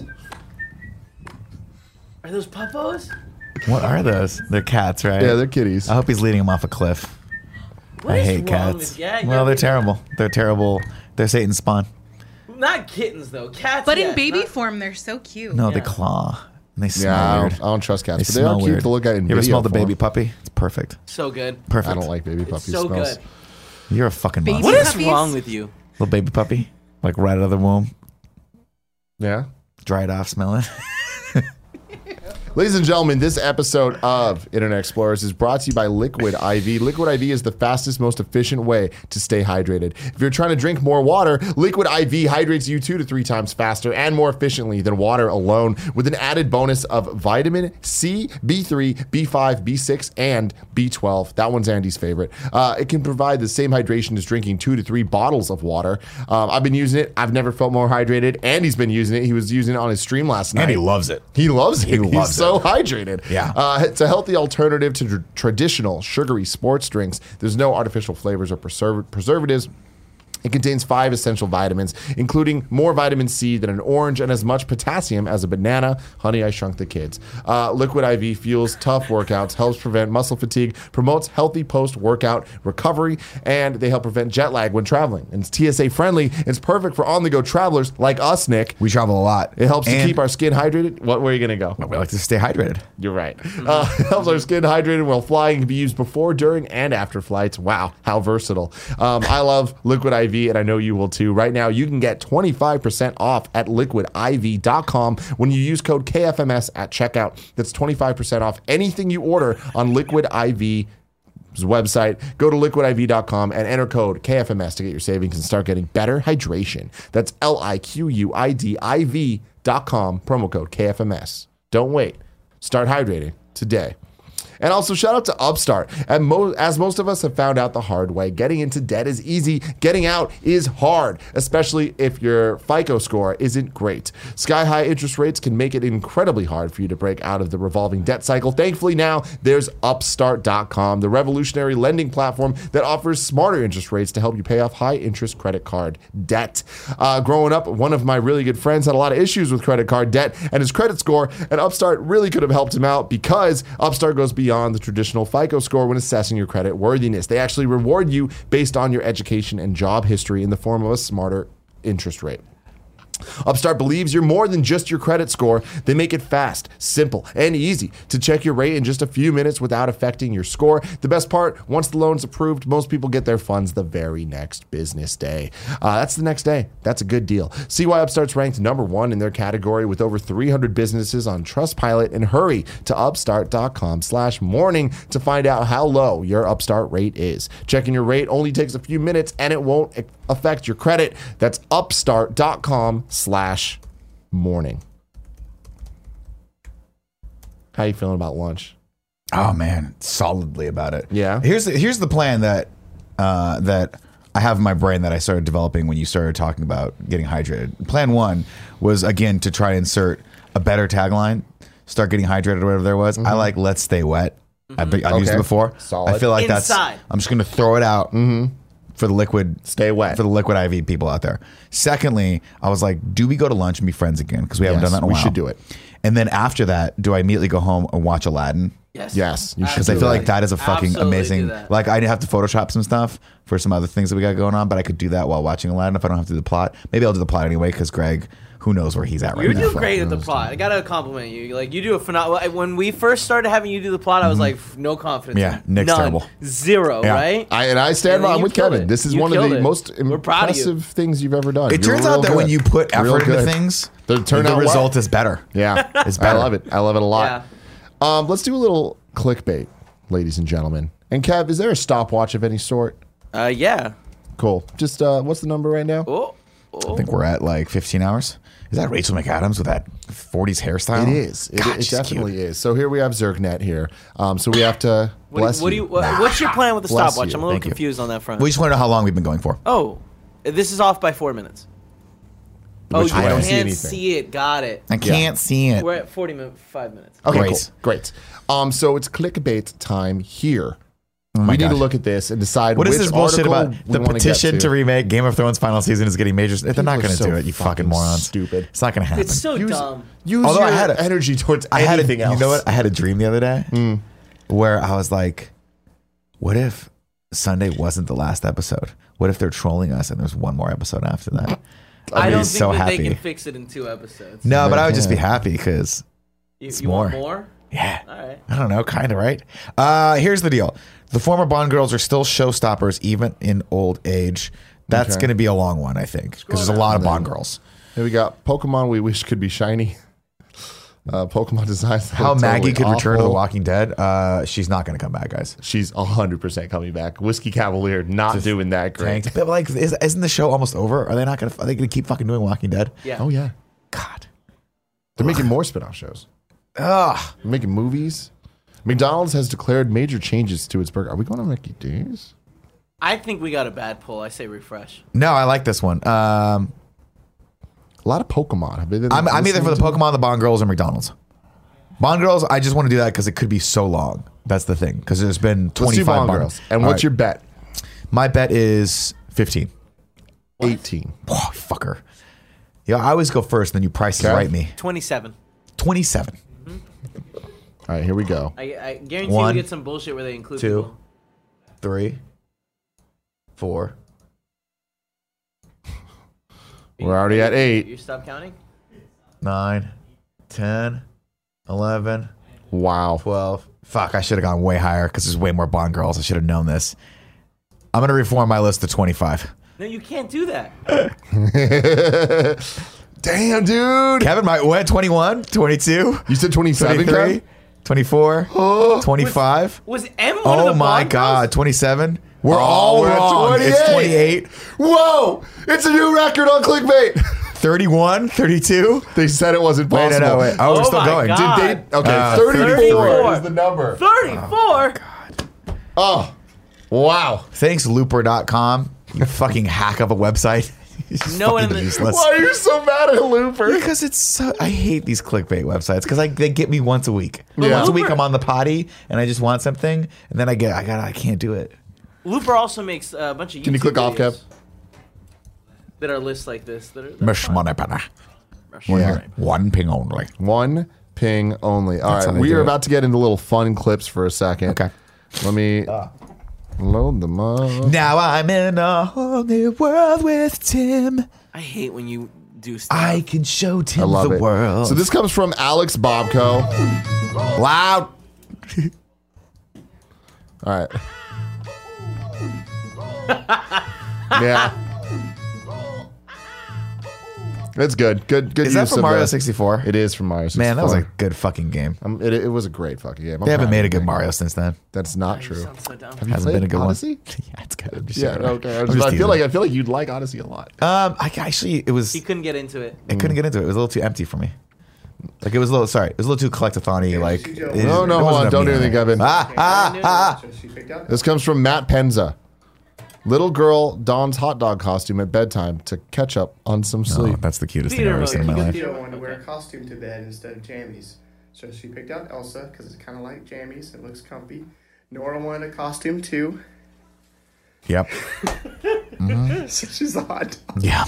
C: Are those puppos?
B: What are those? They're cats, right?
A: Yeah, they're kitties.
B: I hope he's leading him off a cliff.
C: What
B: I
C: is
B: hate
C: wrong
B: cats.
C: with- yeah, yeah,
B: well, they're
C: we-
B: terrible. They're terrible. They're Satan's spawn.
C: Not kittens though. Cats.
J: But in
C: yes,
J: baby
C: not-
J: form, they're so cute.
B: No, they
C: Yeah.
B: claw. And they smell
A: yeah, I
B: weird.
A: don't, I don't trust cats,
B: They
A: but they are
B: smell
A: cute
B: weird.
A: to look at in
B: you ever
A: video
B: smell the baby
A: form.
B: puppy? It's perfect.
C: So good.
B: Perfect.
A: I don't like baby puppy
C: so
A: smells.
C: good.
B: You're a fucking
J: Baby-
B: monster.
C: What is
J: Puppies?
C: wrong with you?
B: Little baby puppy, like right out of the womb,
A: Yeah.
B: dried off smelling.
A: Ladies and gentlemen, this episode of Internet Explorers is brought to you by Liquid IV. Liquid IV is the fastest, most efficient way to stay hydrated. If you're trying to drink more water, Liquid IV hydrates you two to three times faster and more efficiently than water alone, with an added bonus of vitamin C, B3, B5, B6, and B12. That one's Andy's favorite. Uh, it can provide the same hydration as drinking two to three bottles of water. Um, I've been using it. I've never felt more hydrated. Andy's been using it. He was using it on his stream last night.
B: loves it.
A: He loves it.
B: He loves
A: He's so hydrated.
B: Yeah.
A: Uh, it's a healthy alternative to tr- traditional sugary sports drinks. There's no artificial flavors or preserv- preservatives. It contains five essential vitamins, including more vitamin C than an orange and as much potassium as a banana. Honey, I shrunk the kids. Uh, Liquid IV fuels tough workouts, helps prevent muscle fatigue, promotes healthy post workout recovery, and they help prevent jet lag when traveling. And it's TSA friendly. It's perfect for on the go travelers like us, Nick.
B: We travel a lot.
A: It helps to
B: And
A: keep our skin hydrated. What were you gonna go?
B: We like to stay hydrated.
A: You're right. Uh, [laughs] it helps our skin hydrated while flying. It can be used before, during, and after flights. Wow, how versatile! Um, I love Liquid IV, and I know you will too. Right now, you can get 25% off at liquidiv.com when you use code KFMS at checkout. That's 25% off anything you order on Liquid IV website. Go to liquidiv.com and enter code KFMS to get your savings and start getting better hydration. That's L I Q U I D I V.com, promo code KFMS. Don't wait. Start hydrating today. And also, shout out to Upstart. And mo- as most of us have found out the hard way, getting into debt is easy, getting out is hard, especially if your FICO score isn't great. Sky high interest rates can make it incredibly hard for you to break out of the revolving debt cycle. Thankfully, now there's Upstart.com, the revolutionary lending platform that offers smarter interest rates to help you pay off high interest credit card debt. Uh, growing up, one of my really good friends had a lot of issues with credit card debt and his credit score, and Upstart really could have helped him out because Upstart goes beyond the traditional FICO score when assessing your credit worthiness. They actually reward you based on your education and job history in the form of a smarter interest rate. Upstart believes you're more than just your credit score. They make it fast, simple, and easy to check your rate in just a few minutes without affecting your score. The best part, once the loan's approved, most people get their funds the very next business day. Uh, that's the next day. That's a good deal. See why Upstart's ranked number one in their category with over 300 businesses on Trustpilot and hurry to upstart.com slash morning to find out how low your Upstart rate is. Checking your rate only takes a few minutes and it won't e-, affect your credit. That's upstart.com slash morning. How you feeling about lunch?
B: Oh man, solidly about it.
A: Yeah.
B: Here's the, here's the plan that uh, that I have in my brain that I started developing when you started talking about getting hydrated. Plan one was again to try to insert a better tagline. Start getting hydrated or whatever there was. I like let's stay wet. I've, been- I've used
A: Mm-hmm.
B: it
A: Okay.
B: before.
A: Solid. Mm-hmm.
B: I feel like
C: Inside.
B: that's. I'm just gonna throw it out for the liquid
A: Stay wet.
B: for the liquid IV people out there. Secondly, I was like, do we go to lunch and be friends again? Because we haven't
A: Yes,
B: done that in a
A: we
B: while.
A: should do it.
B: And then after that, do I immediately go home and watch Aladdin?
C: Yes.
A: Yes, you should
B: Because I feel like that is a fucking
C: Absolutely do
B: amazing.
C: that.
B: Like I have to Photoshop some stuff for some other things that we got going on, but I could do that while watching Aladdin if I don't have to do the plot. Maybe I'll do the plot anyway because Greg, who knows where he's at right
C: You
B: now.
C: do great at the plot. I gotta compliment you. Like you do a phenomenal. When we first started having you do the plot, I was like, "F- no confidence.
B: Mm-hmm. Yeah,
C: in it.
B: Nick's
C: None.
B: terrible.
C: Zero.
B: Yeah.
C: Right.
A: I, and I stand
C: And
A: by.
C: then
A: I'm
C: you
A: with
C: killed
A: Kevin.
C: it.
A: This is
C: You
A: one of
C: killed
A: the
C: it.
A: most
C: We're proud of you.
A: impressive things you've ever done.
B: It
A: You're
B: turns out
A: real
B: that when
A: good.
B: you put effort
A: Real
B: into
A: good.
B: things,
A: They turn
B: the
A: out
B: result
A: well.
B: is better.
A: yeah,
B: [laughs] It's
A: I
B: better.
A: love it. I love it a lot.
C: Yeah.
A: Um, let's do a little clickbait, ladies and gentlemen. And Kev, is there a stopwatch of any sort?
C: Uh, yeah.
A: Cool. Just uh, what's the number right now?
C: Oh.
B: I think we're at like 15 hours. Is that Rachel McAdams with that 40s hairstyle?
A: It is. It,
B: God,
A: it
B: she's cute.
A: definitely is. So here we have Zergnet here. Um, so we have to
C: What,
A: bless
C: do, what do you?
A: you.
C: What, what's your plan with the
A: Bless
C: stopwatch?
A: you.
C: I'm a little
B: Thank you.
C: confused on that front.
B: We just want to know how long we've been going for.
C: oh, this is off by four minutes. Oh,
B: Which
C: you
B: way? I
A: don't
C: can't
A: see
C: see,
A: anything.
C: it. Got it.
B: I can't see it.
C: We're at forty minutes. Five minutes.
A: Okay,
B: Great.
A: cool. Great. Um, so it's clickbait time here.
B: Oh my
A: we need to
B: God.
A: look at this and decide
B: What
A: which
B: is this bullshit about
A: article
B: the
A: we wanna get
B: petition to. remake Game of Thrones final season is getting major? They're
A: People
B: not
A: are
B: going to
A: so
B: do it, you fucking,
A: fucking
B: morons.
A: stupid.
B: It's not going to happen.
C: It's so
A: Use,
C: dumb.
A: use
B: Although
A: your
B: I had a-
A: energy towards
B: I had
A: anything
B: a,
A: else. Mm.
B: You know what? I had a dream the other day where I was like, "What if Sunday wasn't the last episode? What if they're trolling us and there's one more episode after that?" I'd
C: I
B: be
C: don't think
B: so
C: that
B: happy.
C: they can fix it in two episodes.
B: no, but I would just be
A: Yeah.
B: happy because
C: You,
B: It's
C: you want
B: more.
C: more?
B: yeah,
C: All right.
B: I don't know, kind of right. Uh, here's the deal: the former Bond girls are still showstoppers even in old age. That's
A: Okay.
B: going to be a long one, I think, because there's a lot of Bond girls.
A: Here we got Pokemon we wish could be shiny. Uh, Pokemon [laughs] designs. that
B: How
A: are totally
B: Maggie could return to The
A: awful.
B: Walking Dead? Uh, she's not going to come back, guys.
A: She's 100% coming back. Whiskey Cavalier not doing that great.
B: Thanks. But like, is, isn't the show almost over? Are they not gonna? Are they gonna keep fucking doing Walking Dead?
C: Yeah.
A: Oh, yeah.
B: God.
A: They're making more spin-off shows.
B: Ugh.
A: They're making movies. McDonald's has declared major changes to its burger. Are we going to Mickey D's?
C: I think we got a bad pull. I say refresh.
B: No, I like this one. Um,
A: A lot of Pokemon. Have they been
B: I'm, I'm either for the
A: listening to-
B: Pokemon, the Bond Girls, or McDonald's. Bond Girls, I just want to do that because it could be so long. That's the thing. Because there's been
A: Let's do
B: 25
A: Bond
B: Bond
A: Girls. And what's your bet?
B: your? My bet is 15.
A: 18.
B: Oh, fucker. Yeah, I always go first, then you price is
A: Okay.
B: right me.
C: Twenty-seven.
B: 27.
A: All right, here we go.
C: I, I guarantee
B: One,
C: we get some bullshit where they include
B: two.
C: people.
B: Three. Four.
A: We're already at
C: You
A: 8.
C: stop counting.
B: Nine. Ten. Eleven.
A: [laughs] Wow.
B: 12. Fuck, I should have gone way higher because there's way more Bond girls. I should have known this. I'm going to reform my list to
C: [laughs]
B: 25.
C: No, you can't do that.
A: Damn, dude.
B: Kevin might what? 21, 22,
A: You said 27,
B: 23,
A: Kev?
C: [gasps]
B: 24, 25.
C: Was M one of the
B: Oh my
C: Bond girls?
B: God, 27. We're
A: Oh,
B: all
A: we're at
B: wrong. It's
A: 28.
B: 28,
A: Whoa! It's a new record on clickbait.
B: 31, 32.
A: [laughs] they said it wasn't
B: Wait,
A: possible.
B: no, no, wait. Oh, we're
C: Oh
B: still
C: my
B: going.
C: God.
A: Did they? Okay,
B: Uh,
A: 34,
C: 34.
A: is the number.
C: Thirty-four.
A: Oh, wow.
B: Thanks, looper.com. You fucking hack of a website. [laughs]
C: No one in the-
A: Why are you so mad at Looper?
B: Because it's so, I hate these clickbait websites because I they get me once a week.
A: Yeah.
B: Once a week
C: Uber-
B: I'm on the potty and I just want something and then I get I got I can't do it.
C: Looper also makes uh, a bunch of.
A: Can you
C: YouTube
A: click off,
C: videos
A: Kev?
C: That are lists like this. That are. that are
B: Mish
C: fun.
B: Moneypenny.
A: Yeah.
B: One ping only.
A: One ping only. All
B: That's
A: right,
B: how they
A: we
B: do
A: are
B: it.
A: about to get into little fun clips for a second.
B: Okay.
A: Let me load them up.
B: Now I'm in a whole new world with Tim.
C: I hate when you do stuff.
B: I can show Tim
A: I love
B: the
A: it.
B: world.
A: So this comes from Alex Bobko.
B: loud.
A: [laughs] All right. [laughs] yeah. That's good. Good. Good.
B: Is that
A: use
B: from
A: of
B: Mario
A: the-
B: 64?
A: It is from Mario 64.
B: Man, that was a good fucking game.
A: Um, it, it was a great fucking game. I'm
B: They haven't
A: proud
B: made a
A: of
B: good
A: it.
B: Mario since then.
A: That's not
C: You
A: true.
C: sound so dumb.
A: you
B: Hasn't been a
A: played
B: good
A: Odyssey?
B: one. [laughs] yeah, it's good. I'm just
A: Yeah.
B: saying.
A: Okay. I,
B: I'm
A: was-
B: just
A: I feel like
B: teasing.
A: I feel like you'd like Odyssey a lot.
B: um, I actually it was
C: He couldn't get into it.
B: I couldn't get into it. It was a little too empty for me. Like it was a little sorry, it was a little too collectathony. Like
F: Joe.
B: it-
A: No, no, hold
B: it wasn't
A: on.
B: a
A: Don't do
B: meal.
A: anything, Kevin.
B: Ah, ah, ah.
F: So she picked up.
A: This comes from Matt Penza. Little girl dons hot dog costume at bedtime to catch up on some
B: Oh,
A: sleep.
B: that's the cutest thing I've ever
C: Theater mode.
B: seen in my
C: You can
B: life.
C: do-
F: Joe wanted to wear a costume to bed instead of jammies. So she picked out Elsa because it's kind of like jammies. It looks comfy. Nora wanted a costume too. [laughs]
A: [laughs]
B: Yep.
F: So she's a hot dog.
B: Yeah.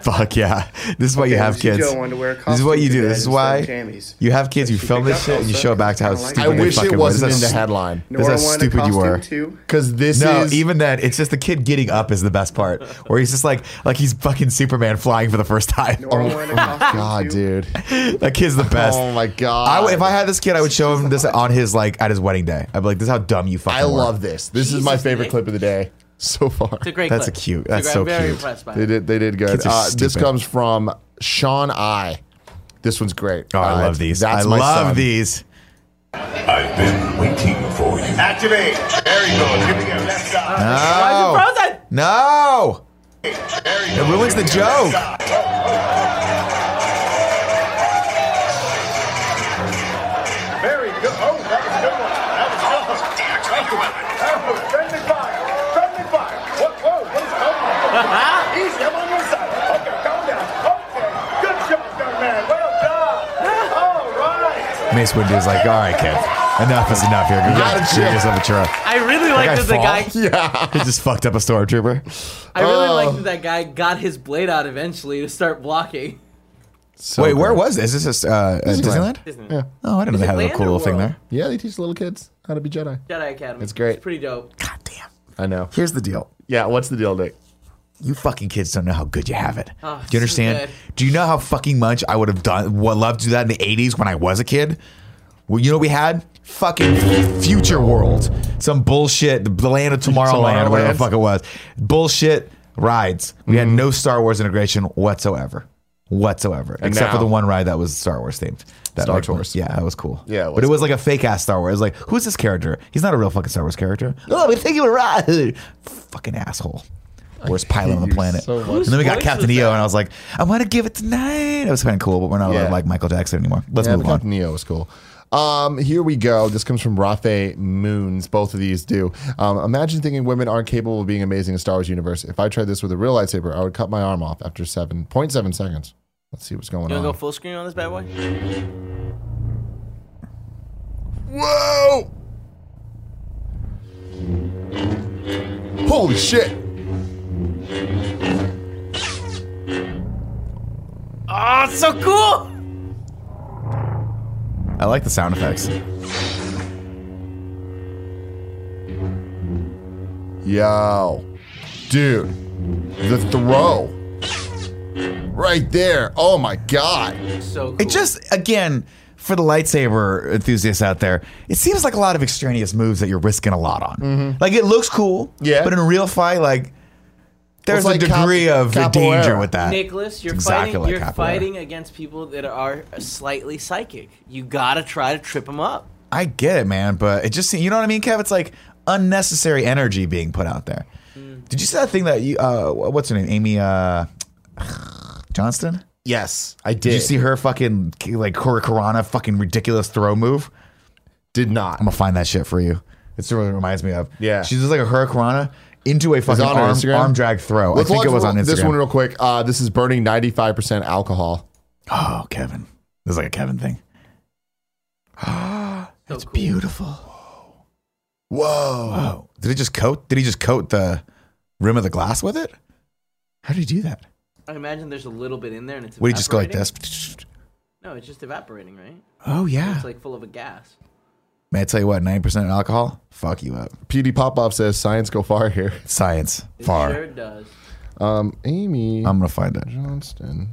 B: Fuck yeah.
A: Oh,
B: This is why you have
F: She-
B: kids.
F: Joe wanted to wear a costume
B: This is what you
F: to
B: do.
F: bed
B: This is
F: instead of
B: why
F: jammies.
B: you have kids. You film this shit and you show it back to how
F: Kinda like
B: stupid.
A: I
B: they
A: wish it
B: fucking
A: wasn't
B: was.
A: in the
B: That's-
A: headline
B: That's how stupid you were.
F: too.
A: because this
B: No,
A: is [laughs]
B: even then, it's just the kid getting up is the best part, where he's just like, like he's fucking Superman flying for the first time.
F: Nora wanted a costume
A: Oh God,
F: too.
A: dude.
B: [laughs] that kid's the best.
A: Oh my god.
B: I w if I had this kid, I would show him this on his like at his wedding day. I'd be like, "This is how dumb you fucking."
A: I
B: were.
A: love this. This is my
C: Jesus,
A: favorite
C: Nick.
A: clip of the day [laughs] so far.
C: It's a great.
B: That's
C: clip.
B: a cute-
C: It's a
B: that's
C: great-
B: so
C: I'm very
B: cute.
C: impressed by
A: They
C: it.
A: did. They did good.
B: Kids are
A: Uh, this
B: stupid.
A: comes from Sean I. This one's great.
B: Oh, I
A: Uh,
B: love these.
A: That's
B: I
A: my
B: love
A: son.
B: these.
G: I've been waiting for you. Activate. There you go. Here we go. Left side.
B: No,
C: Why is it frozen?
B: no,
G: There you
B: it
G: go.
B: ruins the joke.
G: Very good. Oh, that was a good one. That was a good one. Oh, friendly fire. Friendly fire. What? Whoa, what is happening? Easy, I'm on your side. Okay, calm down. Okay, good job, young man. Well done. All right.
B: Mace Windu's like, "All right, kid, enough is enough here. Go
A: Gotta
B: get
A: chill."
B: get yourself a truck."
C: I really like that the guy.
B: [laughs] Yeah, he just fucked up a stormtrooper.
C: I really
A: Oh.
C: like that that guy got his blade out eventually to start blocking.
A: So
B: Wait, where
A: good.
B: was this? Is this a, uh, Disneyland?
A: Disneyland.
C: Disneyland.
B: Oh, I didn't know they
C: it
B: had a little
C: land
B: cool
C: or
B: little thing
C: world?
B: there.
A: Yeah, they teach little kids how to be Jedi.
C: Jedi Academy.
A: It's great.
C: It's pretty dope.
B: God damn.
A: I know.
B: Here's the deal.
A: Yeah, what's the deal, Nick?
B: You fucking kids don't know how good you have it.
C: Oh,
B: do you
C: so
B: understand?
C: good.
B: do you know how fucking much I would have done, would love to do that in the 80s when I was a kid? Well, you know what we had? Fucking Future World. Some bullshit, the- the land of Tomorrowland, or whatever the
A: Tomorrowland.
B: fuck it was. Bullshit rides. We had
A: Mm-hmm.
B: no Star Wars integration whatsoever. Whatsoever. Except for
A: now-
B: the one ride that was Star Wars themed. That
A: Star
B: like,
A: Tours.
B: Yeah, that was cool.
A: Yeah, it
B: but
A: was
B: it was like a fake ass Star Wars. It was like, who's this character? He's not a real fucking Star Wars character. Oh, we think you a ride. [laughs] Fucking asshole. Worst pilot on the
A: you
B: planet.
A: so much.
B: and then we got
C: Whose voice
B: Captain
C: was
B: EO,
C: that?
B: and I was like, I want to give it tonight. It was kind of cool, but we're not allowed
A: Yeah.
B: to like Michael Jackson anymore. Let's
A: yeah,
B: move
A: but Captain
B: on.
A: Neo is cool. Um, here we go. This comes from Rafe Moons. Both of these do. Um, imagine thinking women aren't capable of being amazing in Star Wars universe. If I tried this with a real lightsaber, I would cut my arm off after 7.7 seconds. Let's see what's going
C: You
A: on.
C: wanna go full screen on this bad boy?
A: Whoa! Holy shit!
C: Oh, so cool!
B: I like the sound effects.
A: Yo. Dude. The throw. Right there. Oh my god.
C: So cool.
B: It just again for the lightsaber enthusiasts out there, it seems like a lot of extraneous moves that you're risking a lot on. Like it looks cool,
A: Mm-hmm. Yeah.
B: but in a real fight, like there's
A: Well,
B: a
A: it's like
B: degree
A: cap-
B: of
A: capoeira.
B: danger with that.
C: Nicholas, you're
B: exactly
C: fighting.
B: like
C: you're
B: capoeira.
C: fighting against people that are slightly psychic. You gotta try to trip them up.
B: I get it, man, but it just seem- you know what I mean, Kev. It's like unnecessary energy being put out there. Did you see that thing that you? Uh, wh- what's her name? Amy uh, [sighs] Johnston.
A: Yes, I did.
B: Did you see her fucking like Hurricanrana fucking ridiculous throw move?
A: Did not.
B: I'm gonna find that shit for you. It's what it reminds me of.
A: Yeah.
B: she's just like a Hurricanrana into a fucking
A: on her
B: arm,
A: Instagram?
B: arm drag throw.
A: Let's
B: I think it
A: watch
B: was on Instagram.
A: This one real quick. Uh, this is burning 95% alcohol.
B: oh, Kevin, this is like a Kevin thing. [gasps]
C: So
B: It's
C: cool.
B: beautiful.
A: Whoa.
B: Oh, did he just coat? Did he just coat the rim of the glass with it? How did he do that?
C: I imagine there's a little bit in there, and it's.
B: Would he just go like
C: evaporating?
B: this?
C: No, it's just evaporating, right?
B: Oh yeah.
C: It's like full of a gas.
B: Man, I tell you what, nine percent alcohol, fuck you up.
A: PD Pop Pop says science go far here.
B: Science
C: It
B: far.
C: sure does.
A: Um, Amy
B: I'm gonna find it.
A: Johnston.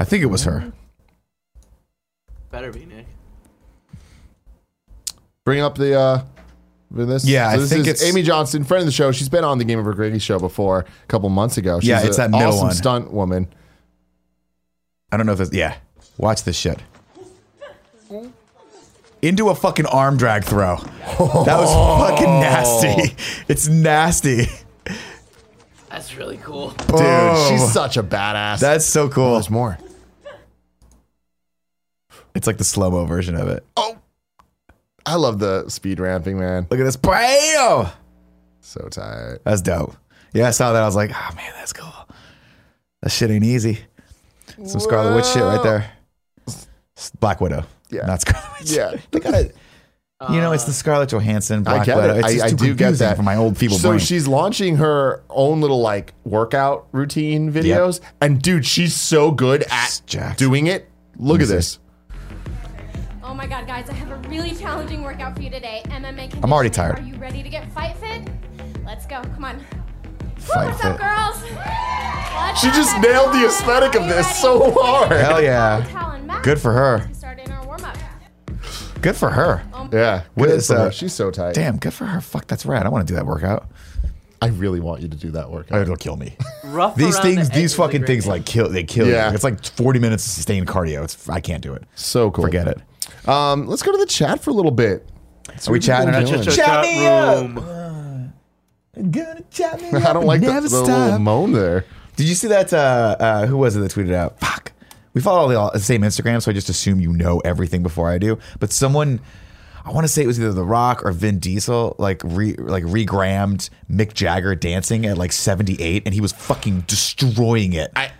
B: I think it was her.
C: Better be Nick.
A: Bring up the uh for this.
B: Yeah, I
A: this
B: think
A: is
B: it's-
A: Amy Johnston, friend of the show. She's been on the Game of Grady show before a couple months ago. She's
B: Yeah, it's
A: an
B: that middle
A: awesome
B: one.
A: stunt woman.
B: I don't know if that's yeah. Watch this shit. Into a fucking arm drag throw. That was fucking nasty.
A: Oh.
B: [laughs] It's nasty.
C: That's really cool.
A: Dude,
B: Oh.
A: she's such a badass.
B: That's so cool.
A: There's more.
B: It's like the slow mo version of it.
A: Oh, I love the speed ramping, man.
B: Look at this. Bam!
A: So tight.
B: That's dope. Yeah, I saw that. I was like, oh man, that's cool. That shit ain't easy. Some Scarlet Witch shit right there. It's Black Widow.
A: Yeah.
B: Not Scarlet Witch.
A: Yeah.
B: [laughs] they got it. You know, it's the Scarlett Johansson Black
A: I get
B: Widow.
A: it.
B: It's just
A: I, I
B: too
A: do get
B: confusing
A: that
B: for my old feeble
A: So
B: brain.
A: she's launching her own little like workout routine videos, and dude, she's so good at
B: jacked.
A: doing it. Look at
B: see.
A: this.
K: Oh my god, guys, I have a really challenging workout for you today. MMA conditioning.
B: already tired.
K: Are you ready to get fight fit? Let's go. Come on. Woo,
B: Fight
K: what's
B: fit.
K: up, girls? Let's
A: She
K: go,
A: just
K: everyone.
A: nailed the aesthetic of
K: Are you
A: this
K: ready?
A: so hard.
B: Hell yeah.
K: Towel and mat.
B: Good for her.
K: We start in our warm up.
B: Good for her.
A: Yeah.
B: What
A: Good
B: is,
A: for her.
B: uh,
A: She's so tight.
B: Damn, good for her. Fuck, that's rad. I want to do that workout.
A: I really want you to do that workout.
B: It'll kill me.
C: Rough
B: [laughs] These
C: around the
B: things,
C: edges
B: these
C: is a
B: fucking
C: great
B: things,
C: name.
B: like kill. They kill
A: Yeah.
B: you. It's like 40 minutes of sustained cardio. It's I can't do it.
A: So cool.
B: Forget it.
A: Um, let's go to the chat for a little bit.
B: Are we chatting? or not
A: doing?
B: chatting?
C: Chat room.
B: Gonna chat me
A: I don't
B: up,
A: like the,
B: never
A: the little
B: stop.
A: moan there.
B: Did you see that? Uh, uh, who was it that tweeted out? Fuck. We follow the, all, the same Instagram, so I just assume you know everything before I do. But someone, I want to say it was either The Rock or Vin Diesel, like re, like regrammed Mick Jagger dancing at like 78, and he was fucking destroying it.
A: I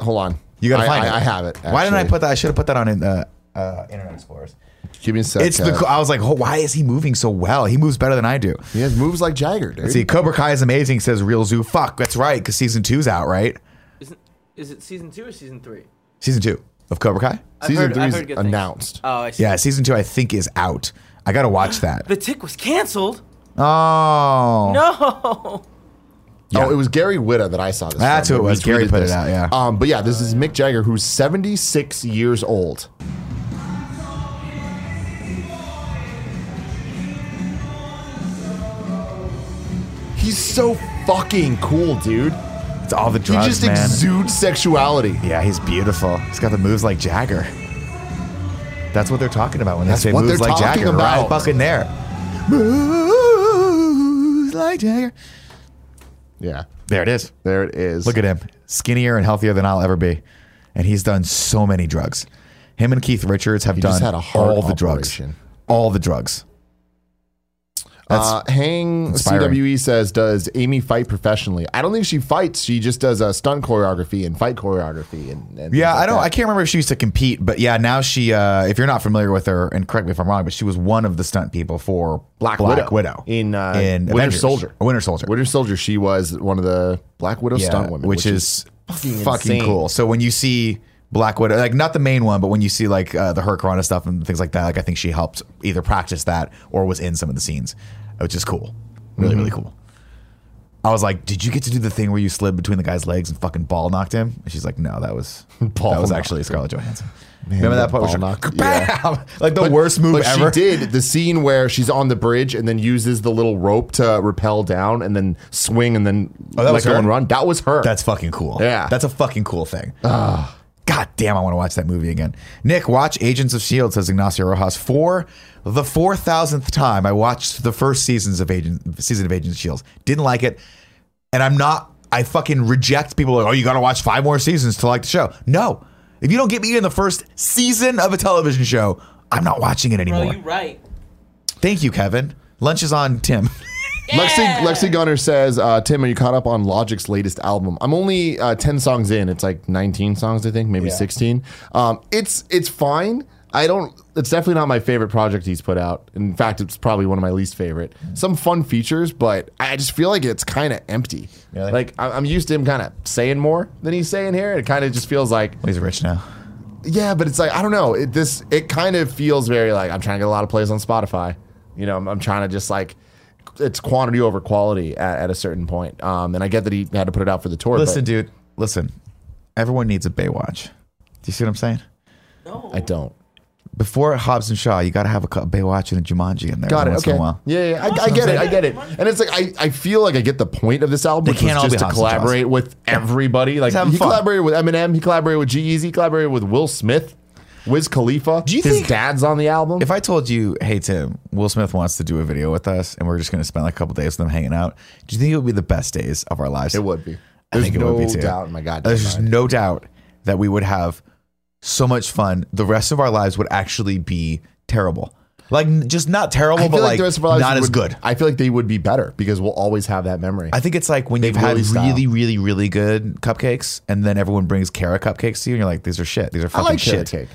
A: hold on.
B: you gotta
A: I,
B: find
A: I,
B: it.
A: I have it.
B: Why didn't I
A: actually.
B: put that? I should have put that on in, uh, uh, Internet Explorers.
A: Give me a second.
B: It's the. co- I was like, oh, why is he moving so well? He moves better than I do.
A: He has moves like Jagger, dude.
B: See, Cobra Kai is amazing. Says Real Zoo. Fuck, that's right, because season two's out, right?
C: Isn't is it season two or season three?
B: Season two of Cobra Kai.
A: Season
C: heard- I've
A: three's
C: heard good things.
A: announced.
C: Oh, I see.
B: Yeah, season two I think is out. I gotta watch that.
C: The tick was canceled.
B: Oh,
C: [laughs] No.
B: Yeah.
A: Oh, it was Gary Whitta that I saw this.
B: That's
A: from.
B: who it was.
A: Retweeted
B: Gary put it
A: this.
B: out, yeah.
A: Um, but yeah, this is Mick Jagger, who's 76 years old. He's so fucking cool, dude.
B: it's all the
A: He
B: drugs,
A: just
B: man.
A: exudes sexuality.
B: yeah, he's beautiful. He's got the moves like Jagger. That's what they're talking about when
A: That's
B: they say
A: what
B: moves
A: they're
B: like
A: talking
B: Jagger. Right
A: about.
B: fucking there. Moves like Jagger.
A: Yeah,
B: There it is.
A: there it is.
B: Look at him, skinnier and healthier than I'll ever be, and he's done so many drugs. Him and Keith Richards have
A: He
B: done
A: just had a heart
B: all the drugs.
A: operation.
B: All the drugs. That's
A: Uh, Hang
B: inspiring.
A: CWE says, does Amy fight professionally? I don't think she fights. She just does uh, stunt choreography and fight choreography. And, and things
B: Yeah, I
A: like
B: don't.
A: that.
B: I can't remember if she used to compete, but yeah, now she. Uh, if you're not familiar with her, and correct me if I'm wrong, but she was one of the stunt people for
A: Black, Widow, in, uh, Winter
B: Avengers.
A: Soldier.
B: Winter Soldier.
A: Winter Soldier, she was one of the Black Widow
B: Yeah,
A: stunt women,
B: which, is,
A: fucking
B: fucking,
A: insane.
B: cool. So when you see Black Widow, like not the main one, but when you see like uh, the her Corona stuff and things like that, like I think she helped either practice that or was in some of the scenes, which is cool.
A: Mm-hmm.
B: Really, really cool. I was like, "Did you get to do the thing where you slid between the guy's legs and fucking ball knocked him?" And she's like, "No, that was
A: [laughs] Ball
B: that was
A: knocked
B: actually Scarlett Johansson." Remember
A: that
B: that part? where
A: ball
B: she-
A: knock- yeah.
B: [laughs] Bam! like the worst move
A: but
B: ever.
A: She did the scene where she's on the bridge and then uses the little rope to rappel down and then swing and then
B: Oh, that
A: let
B: was
A: go
B: her?
A: and run. That was her.
B: That's fucking cool.
A: Yeah.
B: That's a fucking cool thing. God damn, I want to watch that movie again. Nick, watch Agents of S.H.I.E.L.D., E says Ignacio Rojas. For the 4,000th time, I watched the first seasons of Agent, season of Agents of S.H.I.E.L.D. E Didn't like it. And I'm not, I fucking reject people like, oh, you got to watch five more seasons to like the show. No. If you don't get me in the first season of a television show, I'm not watching it
C: Bro,
B: anymore.
C: you right.
B: Thank you, Kevin. Lunch is on Tim. [laughs]
A: Lexi Lexi Gunner says, uh, Tim, are you caught up on Logic's latest album? I'm only uh, ten songs in. It's like 19 songs, I think, maybe 16. Um, it's it's fine. I don't. It's definitely not my favorite project he's put out. In fact, it's probably one of my least favorite. Some fun features, but I just feel like it's kind of empty.
B: Really?
A: Like I- I'm used to him kind of saying more than he's saying here. and It kind of just feels like
B: He's rich now.
A: yeah, but it's like I don't know. It, this it kind of feels very like I'm trying to get a lot of plays on Spotify. You know, I'm, I'm trying to just like it's quantity over quality at, at a certain point. Um, and I get that he had to put it out for the tour.
B: Listen,
A: but
B: dude. Listen, everyone needs a Baywatch. Do you see what I'm saying?
A: I don't.
B: Before Hobbs and Shaw, you got to have a cou- Baywatch and a Jumanji in there.
A: Got
B: every
A: it.
B: Once
A: Okay.
B: In a while.
A: Yeah, yeah. I, I get it. I get it. And it's like I, I feel like I get the point of this album, which
B: can't all
A: was
B: be
A: just to
B: Hobbs and Shaws.
A: collaborate with everybody. Like
B: having
A: he
B: fun.
A: collaborated with Eminem, he collaborated with G-Eazy, he collaborated with Will Smith, Wiz Khalifa.
B: Do you
A: his
B: think-
A: dad's on the album?
B: If I told you, hey Tim, Will Smith wants to do a video with us, and we're just going to spend like a couple days with him hanging out, do you think it would be the best days of our lives?
A: it would be.
B: I
A: There's
B: think it
A: no
B: would be too.
A: doubt in my goddamn
B: There's
A: mind.
B: no doubt that we would have so much fun. The rest of our lives would actually be terrible. Like n- just not terrible,
A: I
B: but
A: feel
B: like,
A: the rest of our lives
B: not as
A: would-
B: good.
A: I feel like they would be better because we'll always have that memory.
B: I think it's like when you've
A: Willy
B: had
A: style.
B: really, really, really good cupcakes, and then everyone brings Kara cupcakes to you, and you're like, "These are shit. These are
A: I
B: fucking
A: like
B: shit."
A: carrot cake.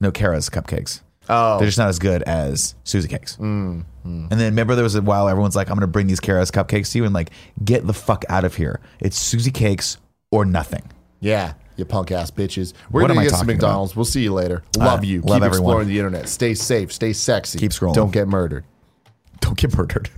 B: No, Kara's cupcakes.
A: Oh. Mm,
B: They're just not as good as Susie cakes. And then remember, there was a while everyone's like, "I'm gonna bring these Kara's cupcakes to you," and like, "Get the fuck out of here! It's Susie cakes or nothing." [laughs]
A: Yeah, you punk ass bitches. We're
B: What am
A: gonna get
B: I
A: some
B: talking about?
A: McDonald's. We'll see you later.
B: All
A: Love
B: right.
A: you.
B: Love
A: Keep
B: everyone.
A: exploring the internet. Stay safe. Stay sexy.
B: Keep scrolling.
A: Don't get murdered.
B: Don't get murdered.